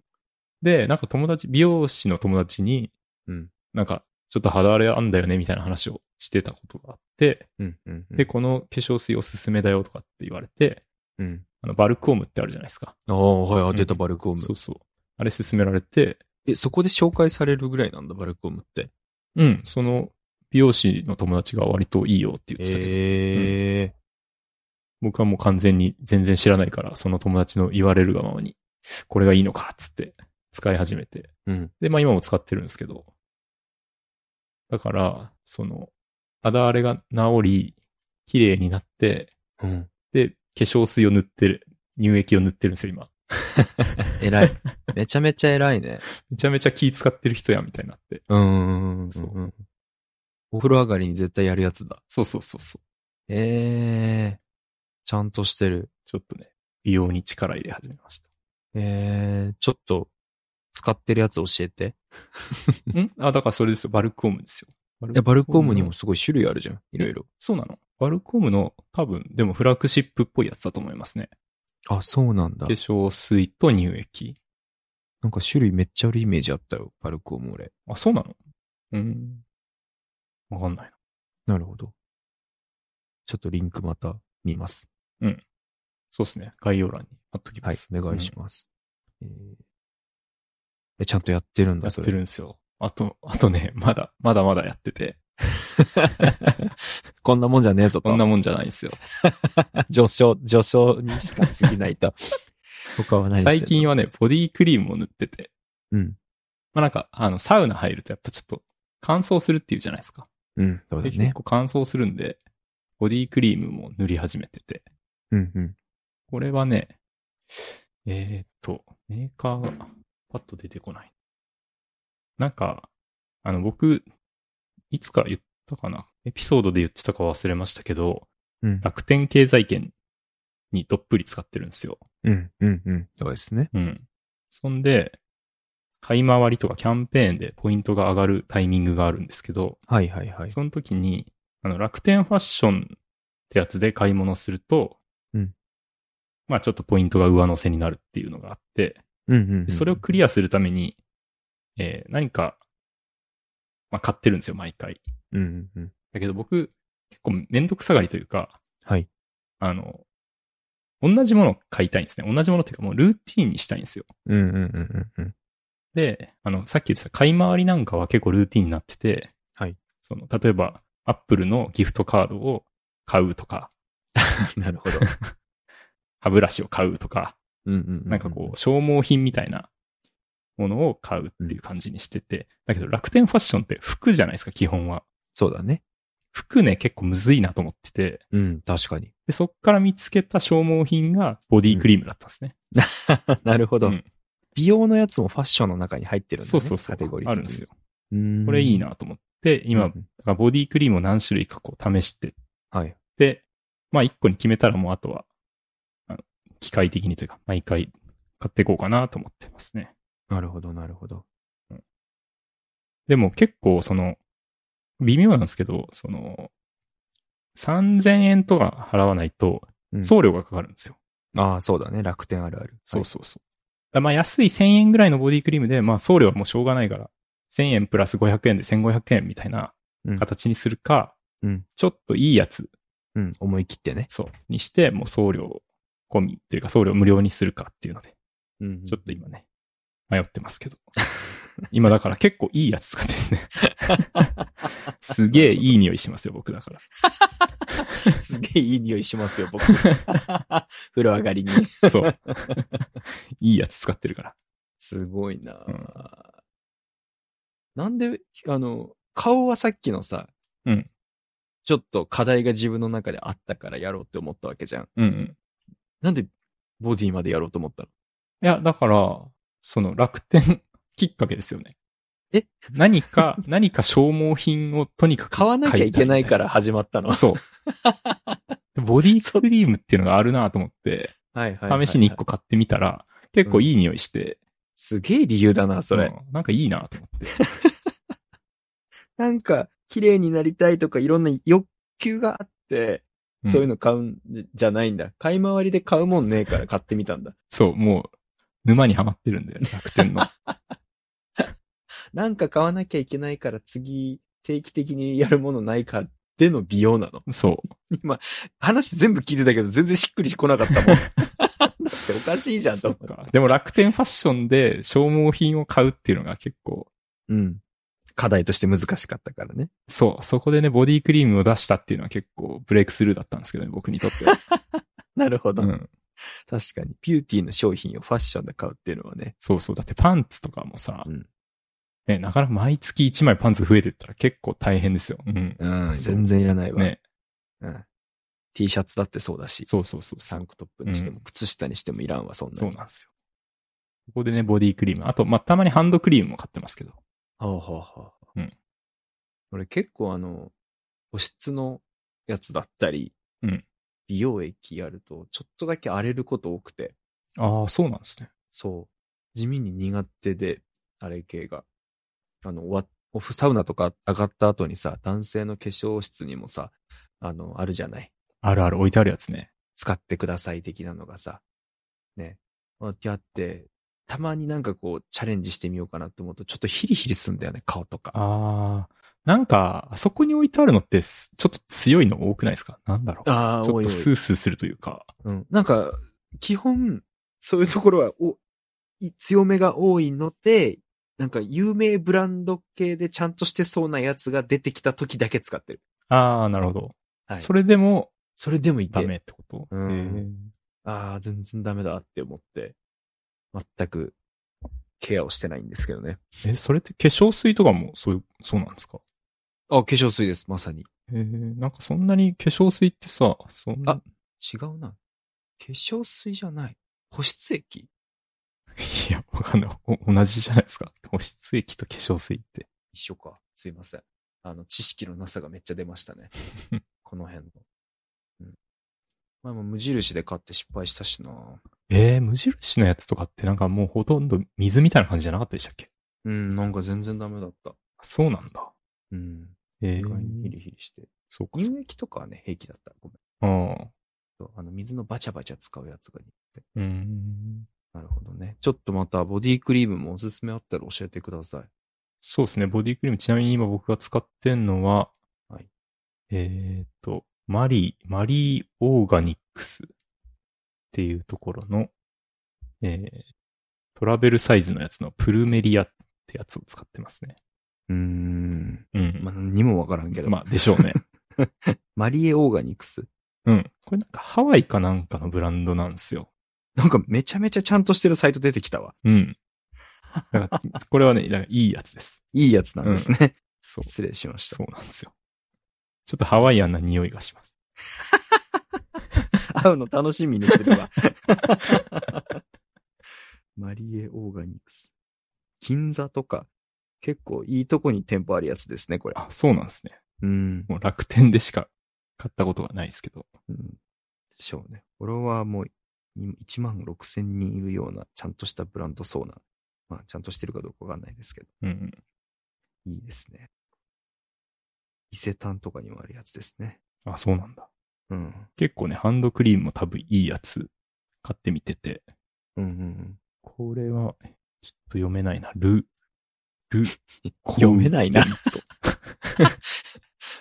Speaker 1: で、なんか友達、美容師の友達に、
Speaker 2: うん。
Speaker 1: なんか、ちょっと肌荒れあんだよね、みたいな話をしてたことがあって、
Speaker 2: うん。うん。
Speaker 1: で、、この化粧水おすすめだよとかって言われて、
Speaker 2: うん。
Speaker 1: あの、バルクオムってあるじゃないですか。
Speaker 2: ああ、はい、当てた
Speaker 1: うん
Speaker 2: バルコム。
Speaker 1: そうそう。あれ勧められて、
Speaker 2: え、そこで紹介されるぐらいなんだ、バルコムって。
Speaker 1: うん、その美容師の友達が割といいよって言ってたけど、
Speaker 2: ええ
Speaker 1: 僕はもう完全に全然知らないから、その友達の言われるがままに、これがいいのかっつって使い始めて、
Speaker 2: うん。
Speaker 1: で、まあ今も使ってるんですけど。だから、その、肌荒れが治り、綺麗になって、
Speaker 2: うん。
Speaker 1: で、化粧水を塗ってる、乳液を塗ってるんですよ、今。
Speaker 2: 偉い。めちゃめちゃ偉いね。
Speaker 1: めちゃめちゃ気使ってる人や、みたいになって。
Speaker 2: うんうんうん。
Speaker 1: そ
Speaker 2: そううん。お風呂上がりに絶対やるやつだ。
Speaker 1: そうそうそうそう。
Speaker 2: ええちゃんとしてる。
Speaker 1: ちょっとね、美容に力入れ始めました。
Speaker 2: ええちょっと、使ってるやつ教えて。
Speaker 1: んあ、だからそれですよ、バルクオムですよ。バル
Speaker 2: いや、バルコムにも
Speaker 1: の。
Speaker 2: すごい種類あるじゃん。いろいろ。
Speaker 1: そうなのバルクオムの多分、でもフラッグシップっぽいやつだと思いますね。
Speaker 2: あ、そうなんだ
Speaker 1: 化。粧水と乳液。
Speaker 2: なんか種類めっちゃあるイメージあったよ。バルコム俺。
Speaker 1: あ、そうなのうん。わかんない。
Speaker 2: なるほど。ちょっとリンクまた見ます。
Speaker 1: そうですね。概要欄に貼っときま
Speaker 2: はい
Speaker 1: す。、
Speaker 2: お願いし
Speaker 1: ま
Speaker 2: ます。えーえちゃんとやってるんだ、
Speaker 1: やっ
Speaker 2: そ
Speaker 1: て
Speaker 2: れ。
Speaker 1: るんですよ。あと、あとね、まだ、まだまだやってて、
Speaker 2: こんなもんじゃねえぞと。
Speaker 1: こんなもんじゃないんですよ。
Speaker 2: 上昇、上昇にしか過ぎない と。他は何してんの
Speaker 1: 最近はね、ボディクリームを塗ってて、
Speaker 2: うん。
Speaker 1: まあなんか、あの、サウナ入るとやっぱちょっと乾燥するっていうじゃないですか。
Speaker 2: うん、そう
Speaker 1: で
Speaker 2: だ
Speaker 1: 結
Speaker 2: ね。
Speaker 1: 構乾燥するんで、ボディクリームも塗り始めてて、
Speaker 2: うん、うん。
Speaker 1: これはね、えーっと、メーカーがパッと出てこない。なんか、あの、僕、いつか言ったかなエピソードで言ってたか忘れましたけど、
Speaker 2: うん、
Speaker 1: 楽天経済圏にどっぷり使ってるんですよ。
Speaker 2: うん、うん、うん。そうですね。
Speaker 1: うん。そんで、買い回りとかキャンペーンでポイントが上がるタイミングがあるんですけど、
Speaker 2: はい、はい、はい。
Speaker 1: その時に、あの、楽天ファッションってやつで買い物すると、
Speaker 2: うん
Speaker 1: まあちょっとポイントが上乗せになるっていうのがあって、
Speaker 2: うん、うん、うん。
Speaker 1: でそれをクリアするために、えー何か、まあ買ってるんですよ、毎回。
Speaker 2: うん、うん、うん。
Speaker 1: だけど僕、結構めんどくさがりというか、
Speaker 2: はい。
Speaker 1: あの、同じものを買いたいんですね。同じものっていうかもうルーティンにしたいんですよ。
Speaker 2: うん、うん、うん、うん、うん。
Speaker 1: で、あの、さっき言ってた買い回りなんかは結構ルーティンになってて、
Speaker 2: はい。
Speaker 1: その、例えば、アップルのギフトカードを買うとか、
Speaker 2: なるほど。
Speaker 1: 歯ブラシを買うとか、
Speaker 2: うん、うん。
Speaker 1: なんかこう、消耗品みたいなものを買うっていう感じにしてて、だけど楽天ファッションって服じゃないですか、基本は。
Speaker 2: そうだね。
Speaker 1: 服ね、結構むずいなと思ってて、
Speaker 2: うん、確かに。
Speaker 1: で、そっから見つけた消耗品がボディクリームだったんですね。
Speaker 2: なるほど、
Speaker 1: うん
Speaker 2: 美容のやつもファッションの中に入ってるんだね。
Speaker 1: そうそうそう。
Speaker 2: カテゴリー。
Speaker 1: あるんですよ。。こ
Speaker 2: こ
Speaker 1: れいい
Speaker 2: な。
Speaker 1: なと思って、今、
Speaker 2: うん
Speaker 1: だからボディクリームを何種類かこう試して
Speaker 2: はい。
Speaker 1: で、まあ一個に決めたらもうあとは、あの機械的にというか、毎回買っていこうかなと思ってますね。
Speaker 2: なるほど、なるほど。
Speaker 1: でも結構その、微妙なんですけど、その、3000円とか払わないと
Speaker 2: うん
Speaker 1: 送料がかかるんですよ。
Speaker 2: ああ、そうだね。楽天あるある。
Speaker 1: そうそうそう。だからまあ安い1000円ぐらいのボディクリームで、まあ送料はもうしょうがないから、1000円プラス500円で1500円みたいな
Speaker 2: うん
Speaker 1: 形にするか、
Speaker 2: うん
Speaker 1: ちょっといいやつ
Speaker 2: う。うん、思い切ってね。
Speaker 1: そう。にして、もう送料込みというか送料無料にするかっていうので、
Speaker 2: うん
Speaker 1: ちょっと今ね、迷ってますけど。今だから結構いいやつ使ってですね。すげえいい匂いしますよ、僕だから。
Speaker 2: すげえいい匂いします よ、僕。風呂上がりに。
Speaker 1: そう。いいやつ使ってるから。
Speaker 2: すごいなあ、
Speaker 1: うん
Speaker 2: なんで、あの、顔はさっきのさ、
Speaker 1: うん。
Speaker 2: ちょっと課題が自分の中であったからやろうって思ったわけじゃん。
Speaker 1: うんうん。
Speaker 2: なんでボディまでやろうと思ったの
Speaker 1: いや、だから、その楽天きっかけですよね。
Speaker 2: え
Speaker 1: 何か、何か消耗品をとにかく。
Speaker 2: 買わなきゃいけないからら始ま ったの。
Speaker 1: そう。ボディクリームっていうのがあるなと思って、
Speaker 2: はいは
Speaker 1: 試しに1個買ってみたら、結構いい匂いして、
Speaker 2: すげえ理由だな、それ。
Speaker 1: うんなんかいいなと思って。
Speaker 2: なんか、綺麗になりたいとかいろんな欲求があって、そういう
Speaker 1: の。
Speaker 2: の買うんじゃじゃないんだ。買い回りで買うもんねえから買ってみたんだ。
Speaker 1: そう、もう、沼にはまってるんだよね、楽天の。
Speaker 2: なんか買わなきゃいけないから次、定期的にやるものないかでの美容なの。
Speaker 1: そ
Speaker 2: 今、話全部聞いてたけど全然しっくりしこなかったもん。だっておかしいじゃ
Speaker 1: う。
Speaker 2: んと
Speaker 1: そっ
Speaker 2: 思う。
Speaker 1: か。でも楽天ファッションで消耗品を買うっていうのが結構、
Speaker 2: うん。課題として難しかったからね。
Speaker 1: そう、そこでね、ボディクリームを出したっていうのは結構ブレイクスルーだったんですけどね、僕にとって は。
Speaker 2: なるほど。
Speaker 1: うん。
Speaker 2: 確かに。ビューティーの商品をファッションで買うっていうのはね。
Speaker 1: そうそう。だってパンツとかもさ、
Speaker 2: うん
Speaker 1: ね、なかなか毎月1枚パンツ増えてったら結構大変ですよ。うん。
Speaker 2: うん
Speaker 1: そう
Speaker 2: 全然いらないわ。
Speaker 1: ね。
Speaker 2: うん。T シャツだってそうだし。
Speaker 1: そうそうそうそ
Speaker 2: タ
Speaker 1: う。
Speaker 2: ンクトップにしても、
Speaker 1: うん
Speaker 2: 靴下にしてもいらんわ、そんな
Speaker 1: そうなん
Speaker 2: ん
Speaker 1: ですよ。ここでね、ボディクリーム。あと、まあ、たまにハンドクリームも買ってますけど。
Speaker 2: はあはあはあ。
Speaker 1: うん。
Speaker 2: 俺結構あの、保湿のやつだったり、
Speaker 1: うん
Speaker 2: 美容液やると、ちょっとだけ荒れること多くて、
Speaker 1: ああ、そうなんですね。
Speaker 2: そう。地味に苦手で、あれ系が。あの、わオフサウナとか上がった後にさ、男性の化粧室にもさ、あの、あるじゃない。
Speaker 1: あるある置いてあるやつね。
Speaker 2: 使ってください的なのがさ、ね、あってあって、たまになんかこう、チャレンジしてみようかなって思うと、ちょっとヒリヒリすんだよね、顔とか。
Speaker 1: ああ、なんか、あそこに置いてあるのってす、ちょっと強いの多くないですかなんだろう。
Speaker 2: あ
Speaker 1: ちょっとスースーするというか。
Speaker 2: うん。なんか、基本、そういうところは、お、い強めが多いので、なんか有名ブランド系でちゃんとしてそうなやつが出てきた時だけ使ってる。
Speaker 1: ああ、なるほど。
Speaker 2: はい。
Speaker 1: そ
Speaker 2: それ
Speaker 1: れでも
Speaker 2: でもい
Speaker 1: ダ
Speaker 2: て、
Speaker 1: メってこと
Speaker 2: うん
Speaker 1: へー
Speaker 2: ああ、全然ダメだって思って、全くケアをしてないんですけどね。
Speaker 1: え、それって化粧水とかもそういう、そうなんですか
Speaker 2: あ、化粧水です、まさに。
Speaker 1: えー、なんかそんなに化粧水ってさ、そんな
Speaker 2: あ、違うな。化粧水じゃない。保湿液
Speaker 1: いや、わかんない。お同じじゃないですか。保湿液と化粧水って。
Speaker 2: 一緒か。すいません。あの、知識のなさがめっちゃ出まし たね。この辺の。うん。前も無印で買って失敗したしな
Speaker 1: えー、無印のやつとかってなんかもうほとんど水みたいな感じじゃなかったでしたっけ
Speaker 2: うん、なんか全然ダメだった。
Speaker 1: そうなんだ。
Speaker 2: うん。
Speaker 1: え
Speaker 2: 意外にヒ
Speaker 1: ー、
Speaker 2: リヒリして。
Speaker 1: そうかそう
Speaker 2: 乳液とかはね、平気だった。ごめん
Speaker 1: か。
Speaker 2: そう。あの、水のバチャバチャ使うやつが苦手。
Speaker 1: うん。うん。
Speaker 2: なるほどね。ちょっとまたボディクリームもおすすめあったら教えてください。
Speaker 1: そうですね。ボディクリーム、ちなみに今僕が使ってんのは、
Speaker 2: はい
Speaker 1: えっ、と、マリー、マリーオーガニックスっていうところの、えートラベルサイズのやつのプルメリアってやつを使ってますね。
Speaker 2: うーん。
Speaker 1: うん。
Speaker 2: まあ、何もわからんけど。
Speaker 1: まあ、でしょう ね。
Speaker 2: マリエオーガニクス。
Speaker 1: うん。これなんかハワイかなんかのブランドなんですよ。
Speaker 2: なんかめちゃめちゃちゃんとしてるサイト出てきたわ。
Speaker 1: うん。だからこれはね、だからいいやつです。
Speaker 2: いいやつなんですね。
Speaker 1: そう。
Speaker 2: 失礼しました
Speaker 1: そ。うなんですよ。ちょっとハワイアンな匂いがします。
Speaker 2: 会うの楽しみにするわ。 マリエオーガニクス。銀座とか、結構いいとこに店舗あるやつですね、これ。
Speaker 1: あ、そうなんですね。
Speaker 2: うん。
Speaker 1: もう楽天でしか買ったことがないですけど。
Speaker 2: うんでしょうね。フォロワーも1万6千人いるような、ちゃんとしたブランドそうな。まあ、ちゃんとしてるかどうかわかんないですけど、
Speaker 1: うん。
Speaker 2: いいですね。伊勢丹とかにもあるやつですね。
Speaker 1: あ、そうなんだ。
Speaker 2: うん。
Speaker 1: 結構ね、ハンドクリームも多分いいやつ買ってみてて。
Speaker 2: うんうんうん。
Speaker 1: これは、ちょっと読めないな。ル、 ル、
Speaker 2: 読めないな
Speaker 1: コンテント。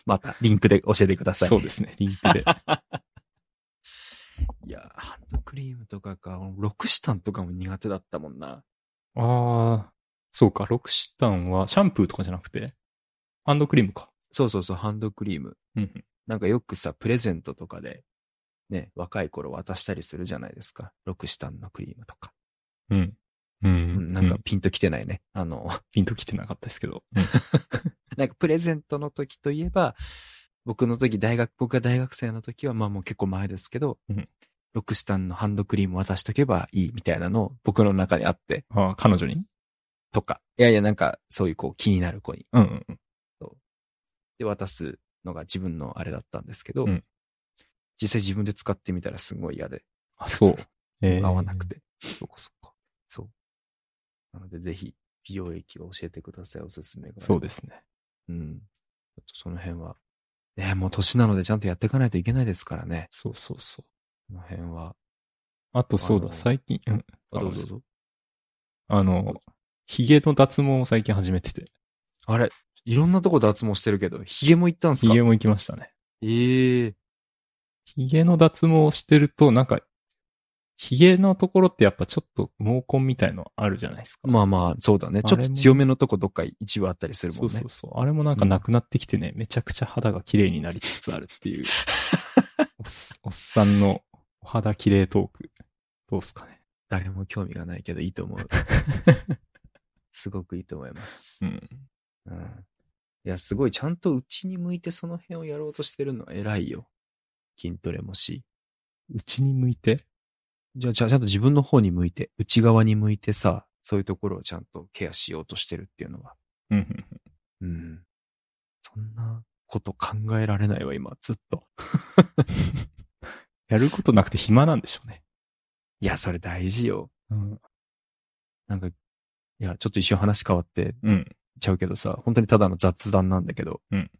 Speaker 2: また、リンクで教えてください。
Speaker 1: そうですね。リン クで。
Speaker 2: いやー、ハンドクリームとかか、俺ロクシタンとかも苦手だったもんな。
Speaker 1: ああ、そうか。ロクシタンはシャンプーとかじゃなくて、ハンドクリームか。
Speaker 2: そうそうそう、ハンドクリーム。
Speaker 1: うんうん。
Speaker 2: なんかよくさ、プレゼントとかで、ね、若い頃渡したりするじゃないですか。ロクシタンのクリームとか。
Speaker 1: うん。う
Speaker 2: うん、
Speaker 1: ん。
Speaker 2: なんかピンときてないね。あの、
Speaker 1: ピンときてなかったですけど。
Speaker 2: なんかプレゼントの時といえば、僕の時、大学、僕が大学生の時は、まあもう結構前ですけど、
Speaker 1: うん
Speaker 2: ロクシタンのハンドクリーム渡しとけばいいみたいなの僕の中にあって、
Speaker 1: ああ、彼女に
Speaker 2: とか。いやいや、なんかそういうこう気になる子に
Speaker 1: うんうんうん。
Speaker 2: で渡すのが自分のあれだったんですけど、
Speaker 1: うん
Speaker 2: 実際自分で使ってみたらすごい嫌で、
Speaker 1: あ、そう。え
Speaker 2: 合わなく。て。
Speaker 1: そうかそうか。
Speaker 2: そう。なので、ぜひ、美容液を教えてください、おすすめが。
Speaker 1: そうですね。
Speaker 2: す。うん。ちょっとその辺は、ね、もう年なのでちゃんとやっていかないといけないですからね。
Speaker 1: そうそうそう。
Speaker 2: この辺は。
Speaker 1: あとそう
Speaker 2: あ
Speaker 1: だ、
Speaker 2: の
Speaker 1: 最近、うん
Speaker 2: あ、
Speaker 1: あ
Speaker 2: どうぞどうぞ。
Speaker 1: あの、髭の脱毛を最近始めてて、
Speaker 2: あれ、いろんなとこ脱毛してるけど、ヒゲも行ったんすか
Speaker 1: 髭も行きましたね。
Speaker 2: ええ
Speaker 1: 髭の脱毛をしてると、なんか、髭のところってやっぱちょっと毛根みたいのあるじゃないですか。
Speaker 2: まあまあ、そうだね。ちょっと強めのとこどっか一部あったりするもん
Speaker 1: そ
Speaker 2: ね。
Speaker 1: うそうそう。あれもなんかなくなってきてね、めちゃくちゃ肌が綺麗になりつつあるって いう、おっおっさんのお肌綺麗トーク、どうっすかね。
Speaker 2: 誰も興味がないけどいいと思う。すごくいいと思います。
Speaker 1: うん。
Speaker 2: うん。いや、すごい。ちゃんとうちに向いてその辺をやろうとしてるのは偉いよ。筋トレもし。
Speaker 1: うちに向いて
Speaker 2: じゃあ、ちゃんちゃんと自分の方に向いて、内側に向いてさ、そういうところをちゃんとケアしようとしてるっていうのは。
Speaker 1: うんうんうん。
Speaker 2: うん。そんなこと考えられないわ、今、ずっと。
Speaker 1: やることなくて暇なんでしょうね。
Speaker 2: いや、それ大事よ。
Speaker 1: うん。
Speaker 2: なんか、いや、ちょっと一瞬話変わって、
Speaker 1: うん。
Speaker 2: ちゃうけどさ、本当にただの雑談なんだけど、
Speaker 1: うん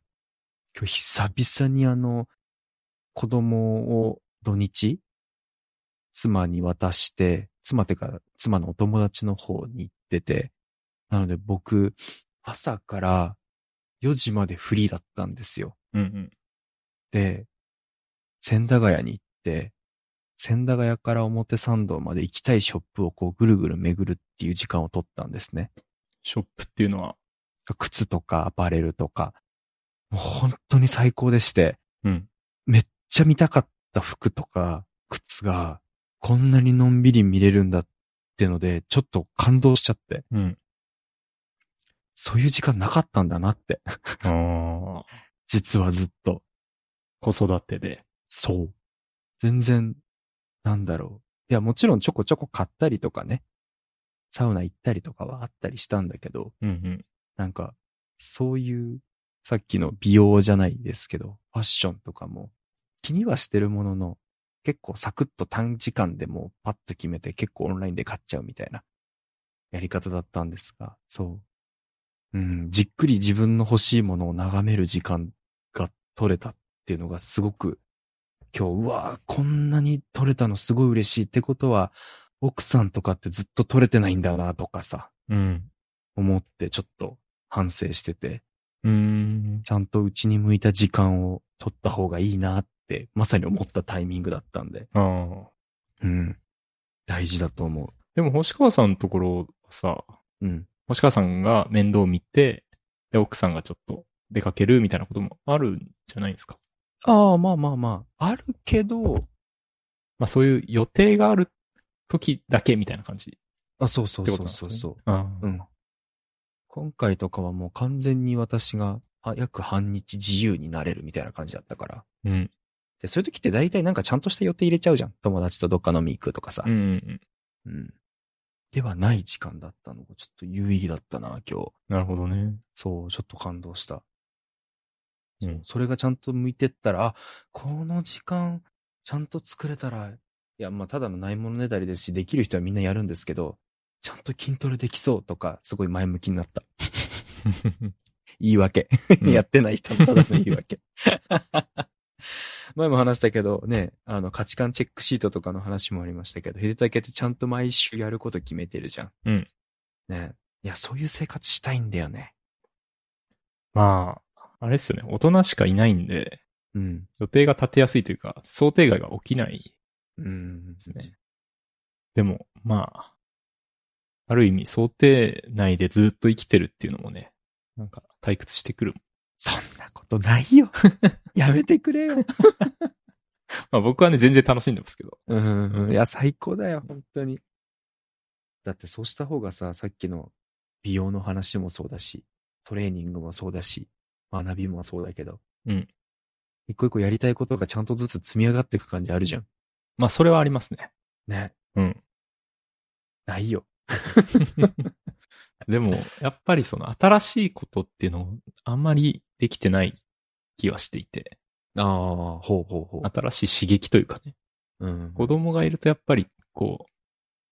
Speaker 2: 今日久々にあの、子供を土日、妻に渡して、妻ってか、妻のお友達の方に行ってて、なので僕、朝から4時までフリーだったんですよ。
Speaker 1: うんうん。
Speaker 2: で、千駄ヶ谷に行って、千駄ヶ谷から表参道まで行きたいショップをこうぐるぐる巡るっていう時間を取ったんですね。
Speaker 1: ショップっていうのは、
Speaker 2: 靴とかアパレルとか、もう本当に最高でして、
Speaker 1: うん。
Speaker 2: めっちゃ見たかった服とか靴がこんなにのんびり見れるんだってので、ちょっと感動しちゃって、
Speaker 1: うん。
Speaker 2: そういう時間なかったんだなって、
Speaker 1: ああ。
Speaker 2: 実はずっと。
Speaker 1: 子育てで。
Speaker 2: そう。全然、なんだろう。いや、もちろんちょこちょこ買ったりとかね、サウナ行ったりとかはあったりしたんだけど、
Speaker 1: うんうん。
Speaker 2: なんか、そういう、さっきの美容じゃないですけど、ファッションとかも、気にはしてるものの、結構サクッと短時間でもうパッと決めて結構オンラインで買っちゃうみたいなやり方だったんですが、そう。うん、じっくり自分の欲しいものを眺める時間が取れたっていうのがすごく、今日、うわーこんなに取れたのすごい嬉しいってことは、奥さんとかってずっと取れてないんだなとかさ、
Speaker 1: うん。
Speaker 2: 思ってちょっと反省してて、
Speaker 1: うーん。
Speaker 2: ちゃんとうちに向いた時間を取った方がいいなって、まさに思ったタイミングだったんで、
Speaker 1: ああ。
Speaker 2: うん。大事だと思
Speaker 1: でも、星川さんのところはさ、
Speaker 2: う。うん。
Speaker 1: 星川さんが面倒を見て、で、奥さんがちょっと出かけるみたいなこともあるんじゃないですか。
Speaker 2: ああ、まあまあまあ。あるけど、
Speaker 1: まあ、そういう予定がある時だけみたいな感じ。
Speaker 2: あ、そうそう
Speaker 1: って
Speaker 2: そ
Speaker 1: こと
Speaker 2: う
Speaker 1: なんです
Speaker 2: そ
Speaker 1: ね
Speaker 2: うそう。
Speaker 1: ああ。
Speaker 2: うん。今回とかはもう完全に私が、あ約半日自由になれるみたいな感じだったから。
Speaker 1: うん。
Speaker 2: で、そういう時って大体なんかちゃんとした予定入れちゃうじゃん。友達とどっか飲み行くとかさ。
Speaker 1: うん。うん。
Speaker 2: うん。ではない時間だったのが、ちょっと有意義だったな、今日。
Speaker 1: なるほどね。
Speaker 2: そう、ちょっと感動した。
Speaker 1: う
Speaker 2: そうんそれがちゃんと向いてったら、あ、この時間、ちゃんと作れたら、いや、まあ、ただのないものねだりですし、できる人はみんなやるんですけど、ちゃんと筋トレできそうとか、すごい前向きになった。言い訳。
Speaker 1: うん
Speaker 2: やってない人のただの言い訳。 前も話したけどね、あの価値観チェックシートとかの話もありましたけど、ヒデタケってちゃんと毎週やること決めてるじゃん。
Speaker 1: うん。
Speaker 2: ね。いや、そういう生活したいんだよね。
Speaker 1: まあ、あれっすよね。大人しかいないんで、
Speaker 2: うん。
Speaker 1: 予定が立てやすいというか、想定外が起きない
Speaker 2: うん
Speaker 1: で。すね。でも、まあ、ある意味想定内でずっと生きてるっていうのもね、なんか退屈してくる。
Speaker 2: そんなことない よ。やめてくれよ。
Speaker 1: まあ僕はね、全然楽しんでますけど。
Speaker 2: うん。いや、最高だよ、本当に。だってそうした方がさ、さっきの美容の話もそうだし、トレーニングもそうだし、学びもそうだけど。
Speaker 1: うん。
Speaker 2: 一個一個やりたいことがちゃんとずつ積み上がっていく感じあるじゃん。
Speaker 1: まあそれはありますね。
Speaker 2: ね。
Speaker 1: うん。
Speaker 2: ないよ。
Speaker 1: でも、やっぱりその新しいことっていうのをあんまりできてない気はしていて、
Speaker 2: ああ、ほうほうほ
Speaker 1: 新しい刺激というかね、
Speaker 2: う。うん。
Speaker 1: 子供がいるとやっぱりこ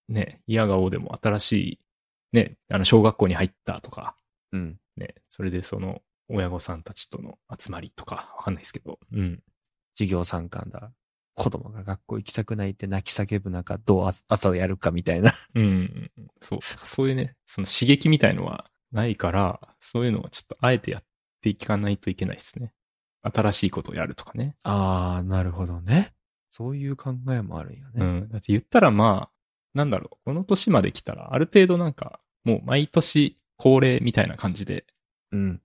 Speaker 1: う、ね、嫌顔でも新しいね、あの、小学校に入ったとか、
Speaker 2: うん。
Speaker 1: ね、それでその、親御さんたちとの集まりとか、わかんないですけど、うん。
Speaker 2: 授業参観だ。子供が学校行きたくないって泣き叫ぶ中、どう朝朝をやるかみたいな。
Speaker 1: うん。そう。そういうね、その刺激みたいのはないから、そういうのをちょっとあえてやっていかないといけないですね。新しいことをやるとかね。
Speaker 2: ああ、なるほどね。そういう考えもあるんよね。
Speaker 1: うん。だって言ったらまあ、なんだろう、この年まで来たら、ある程度なんか、もう毎年恒例みたいな感じで
Speaker 2: うん。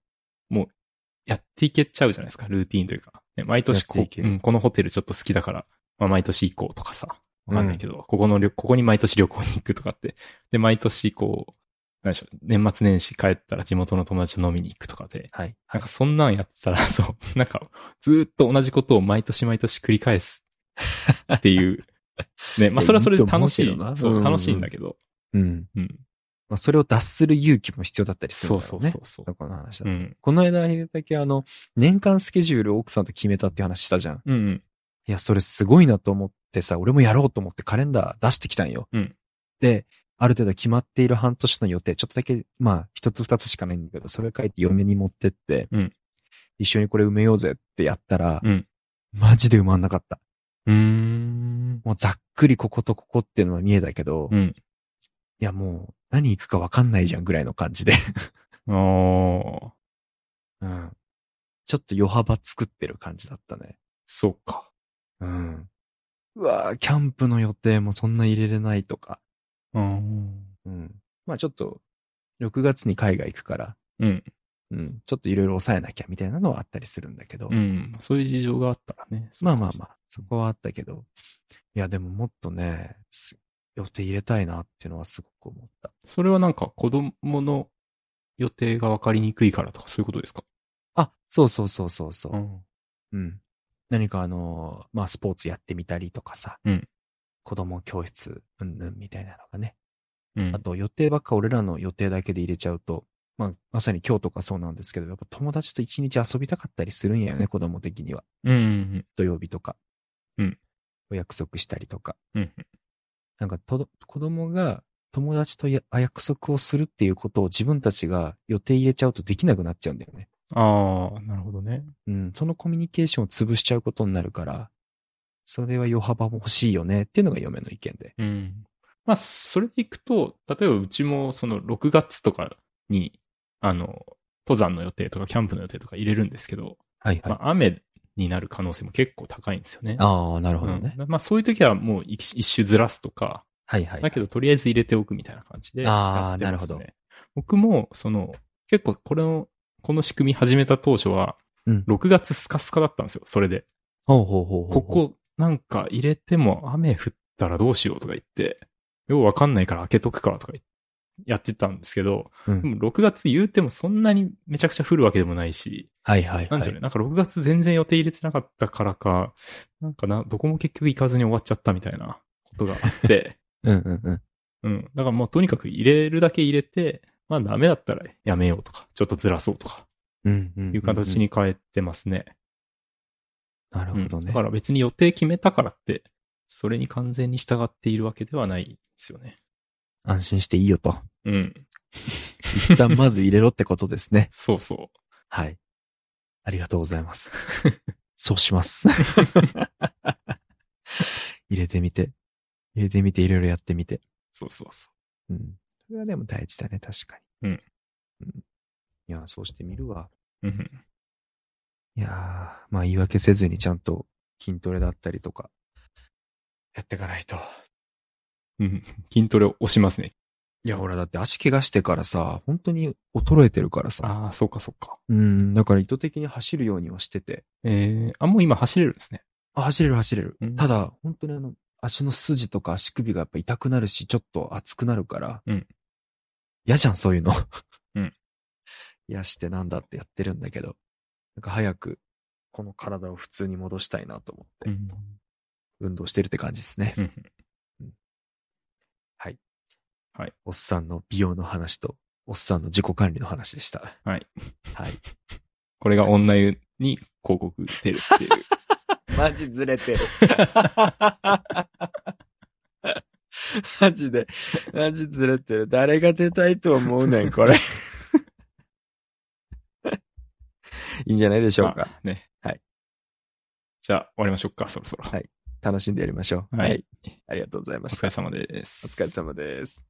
Speaker 1: やっていけちゃうじゃないですか、ルーティンというか。ね、毎年こ、
Speaker 2: やっていうける
Speaker 1: うん、このホテルちょっと好きだから、まあ、毎年行こうとかさ、わかんないけど、ここの旅、ここに毎年旅行に行くとかって。で、毎年こう、なんでしょう、年末年始帰ったら地元の友達と飲みに行くとかで、
Speaker 2: はい。
Speaker 1: なんかそんなんやってたら、 そう、なんか、ずーっと同じことを毎年毎年繰り返すって いう。ね、まあそれはそれで楽し
Speaker 2: いい
Speaker 1: い
Speaker 2: と思うけ
Speaker 1: そ
Speaker 2: ど。なうんうん
Speaker 1: う、
Speaker 2: うん
Speaker 1: 楽しいんだけど。
Speaker 2: うん。
Speaker 1: うん。
Speaker 2: まあ、それを脱する勇気も必要だったりす
Speaker 1: そう
Speaker 2: るからね。
Speaker 1: そうそうそう。
Speaker 2: この話だ
Speaker 1: う
Speaker 2: と。
Speaker 1: ん。
Speaker 2: この間、ひでたけ、あの、年間スケジュールを奥さんと決めたって話したじゃん。
Speaker 1: うんうん。
Speaker 2: いや、それすごいなと思ってさ、俺もやろうと思ってカレンダー出してきたんよ。
Speaker 1: うん
Speaker 2: で、ある程度決まっている半年の予定、ちょっとだけ、まあ、一つ二つしかないんだけど、それ書いて嫁に持ってって、
Speaker 1: うん
Speaker 2: 一緒にこれ埋めようぜってやったら、
Speaker 1: うん
Speaker 2: マジで埋まんなかった。
Speaker 1: うーん。
Speaker 2: もうざっくりこことここっていうのは見えたけど、
Speaker 1: う
Speaker 2: い
Speaker 1: ん。
Speaker 2: やもう何行くかわかんないじゃんぐらいの感じで、
Speaker 1: あー。
Speaker 2: うん。ちょっと余幅作ってる感じだったね。
Speaker 1: そうか。
Speaker 2: うん。うわぁ、キャンプの予定もそんな入れれないとか。
Speaker 1: うん。
Speaker 2: うん。まあちょっと、6月に海外行くから、
Speaker 1: うん。
Speaker 2: うん。ちょっといろいろ抑えなきゃみたいなのはあったりするんだけど。
Speaker 1: うん。そういう事情があったらね。
Speaker 2: まあまあま
Speaker 1: あ。
Speaker 2: あ、そこはあったけど。いや、でももっとね、す予定入れたいなっていうのはすごく思った。
Speaker 1: それはなんか子供の予定が分かりにくいからとかそういうことですか
Speaker 2: あ、そうそうそうそうそう。
Speaker 1: ん。
Speaker 2: うん。何かあの、まあ、スポーツやってみたりとかさ、
Speaker 1: うん
Speaker 2: 子供教室、うんぬんみたいなのがね。
Speaker 1: うん。
Speaker 2: あと予定ばっか俺らの予定だけで入れちゃうと、まあ、まさに今日とかそうなんですけど、やっぱ友達と一日遊びたかったりするんやよね、子供的には。
Speaker 1: うんうん
Speaker 2: 土曜日とか。
Speaker 1: うん。
Speaker 2: お約束したりとか。
Speaker 1: うん。うん。
Speaker 2: なんかとど、子供が友達とや約束をするっていうことを自分たちが予定入れちゃうとできなくなっちゃうんだよね。
Speaker 1: ああ、なるほどね。
Speaker 2: うん、そのコミュニケーションを潰しちゃうことになるから、それは余幅も欲しいよねっていうのが嫁の意見で。
Speaker 1: うん。まあ、それでいくと、例えばうちもその6月とかに、あの、登山の予定とかキャンプの予定とか入れるんですけど、
Speaker 2: はいはい。
Speaker 1: まあ、雨になる可能性も結構高いんですよね。
Speaker 2: ああ、なるほどね。
Speaker 1: うんまあ、そういう時はもう一一周ずらすとか、
Speaker 2: はいはい。
Speaker 1: だけど、とりあえず入れておくみたいな感じで
Speaker 2: あー
Speaker 1: やってますね。
Speaker 2: なる
Speaker 1: 僕も、その、結構これの、この仕組み始めた当初は、
Speaker 2: うん
Speaker 1: 6月スカスカだったんですよ、それで。
Speaker 2: ほうほうほうほう。
Speaker 1: ここ、なんか入れても雨降ったらどうしようとか言って、ようわかんないから開けとくかとか言ってやってたんですけど、
Speaker 2: うん
Speaker 1: でも6月言うてもそんなにめちゃくちゃ降るわけでもないし、
Speaker 2: はいはい
Speaker 1: なん
Speaker 2: は
Speaker 1: でしょう
Speaker 2: い。
Speaker 1: ね、なんか6月全然予定入れてなかったからか、なんかな、どこも結局行かずに終わっちゃったみたいなことがあって、
Speaker 2: うんうんうん。
Speaker 1: うん。だからもうとにかく入れるだけ入れて、まあダメだったらやめようとか、ちょっとずらそうとか、
Speaker 2: うんうんうん。
Speaker 1: いう形。に変えてますね。
Speaker 2: なる
Speaker 1: うん
Speaker 2: ほどね
Speaker 1: だか。ら別に予定決めたからって、それに完全に従っているわけではないですよね。
Speaker 2: 安心していいよ と。
Speaker 1: うん。。
Speaker 2: 一旦まず入れろってことですね
Speaker 1: そうそ
Speaker 2: はい。ありがとうござい ます。そうします。入れてみて。入れてみて、いろいろやってみて。
Speaker 1: う。そうそうそ
Speaker 2: うん。それはでも大事だね、確かに。
Speaker 1: うん。
Speaker 2: うん、いや、そうしてみるわ。
Speaker 1: う。うん。
Speaker 2: いやー、まあ言い訳せずにちゃんと筋トレだったりとか、やっていかないと。
Speaker 1: うん。筋トレを押しますね。
Speaker 2: いや、ほら、だって足怪我してからさ、本当に衰えてるからさ。
Speaker 1: ああ、そうかそうか。
Speaker 2: うん、だから意図的に走るようにはしてて。
Speaker 1: えー、あ、もう今走れるんですね。
Speaker 2: あ、走れる走れる。
Speaker 1: うん
Speaker 2: ただ、本当にあの、足の筋とか足首がやっぱ痛くなるし、ちょっと熱くなるから。
Speaker 1: うん。
Speaker 2: 嫌じゃん、そういうの。
Speaker 1: うん。
Speaker 2: 癒してなんだってやってるんだけど。なんか早く、この体を普通に戻したいなと思って、
Speaker 1: ん。
Speaker 2: 運動してるって感じですね。
Speaker 1: うん。
Speaker 2: おっさんの美容の話と、おっさんの自己管理の話でした。
Speaker 1: はい。
Speaker 2: はい。
Speaker 1: これが女湯に広告出る っていう。
Speaker 2: マジずれてる。 マジで。マジずれてる。誰が出たいと思うね ん、これ。いいんじゃないでしょうか。
Speaker 1: ね。
Speaker 2: はい。
Speaker 1: じゃあ、終わりましょうか、そろそろ。
Speaker 2: 楽しんでやりましょう。
Speaker 1: はい
Speaker 2: ありがとうございま
Speaker 1: お
Speaker 2: し
Speaker 1: 疲れ
Speaker 2: た。
Speaker 1: 様です。
Speaker 2: お疲れ様です。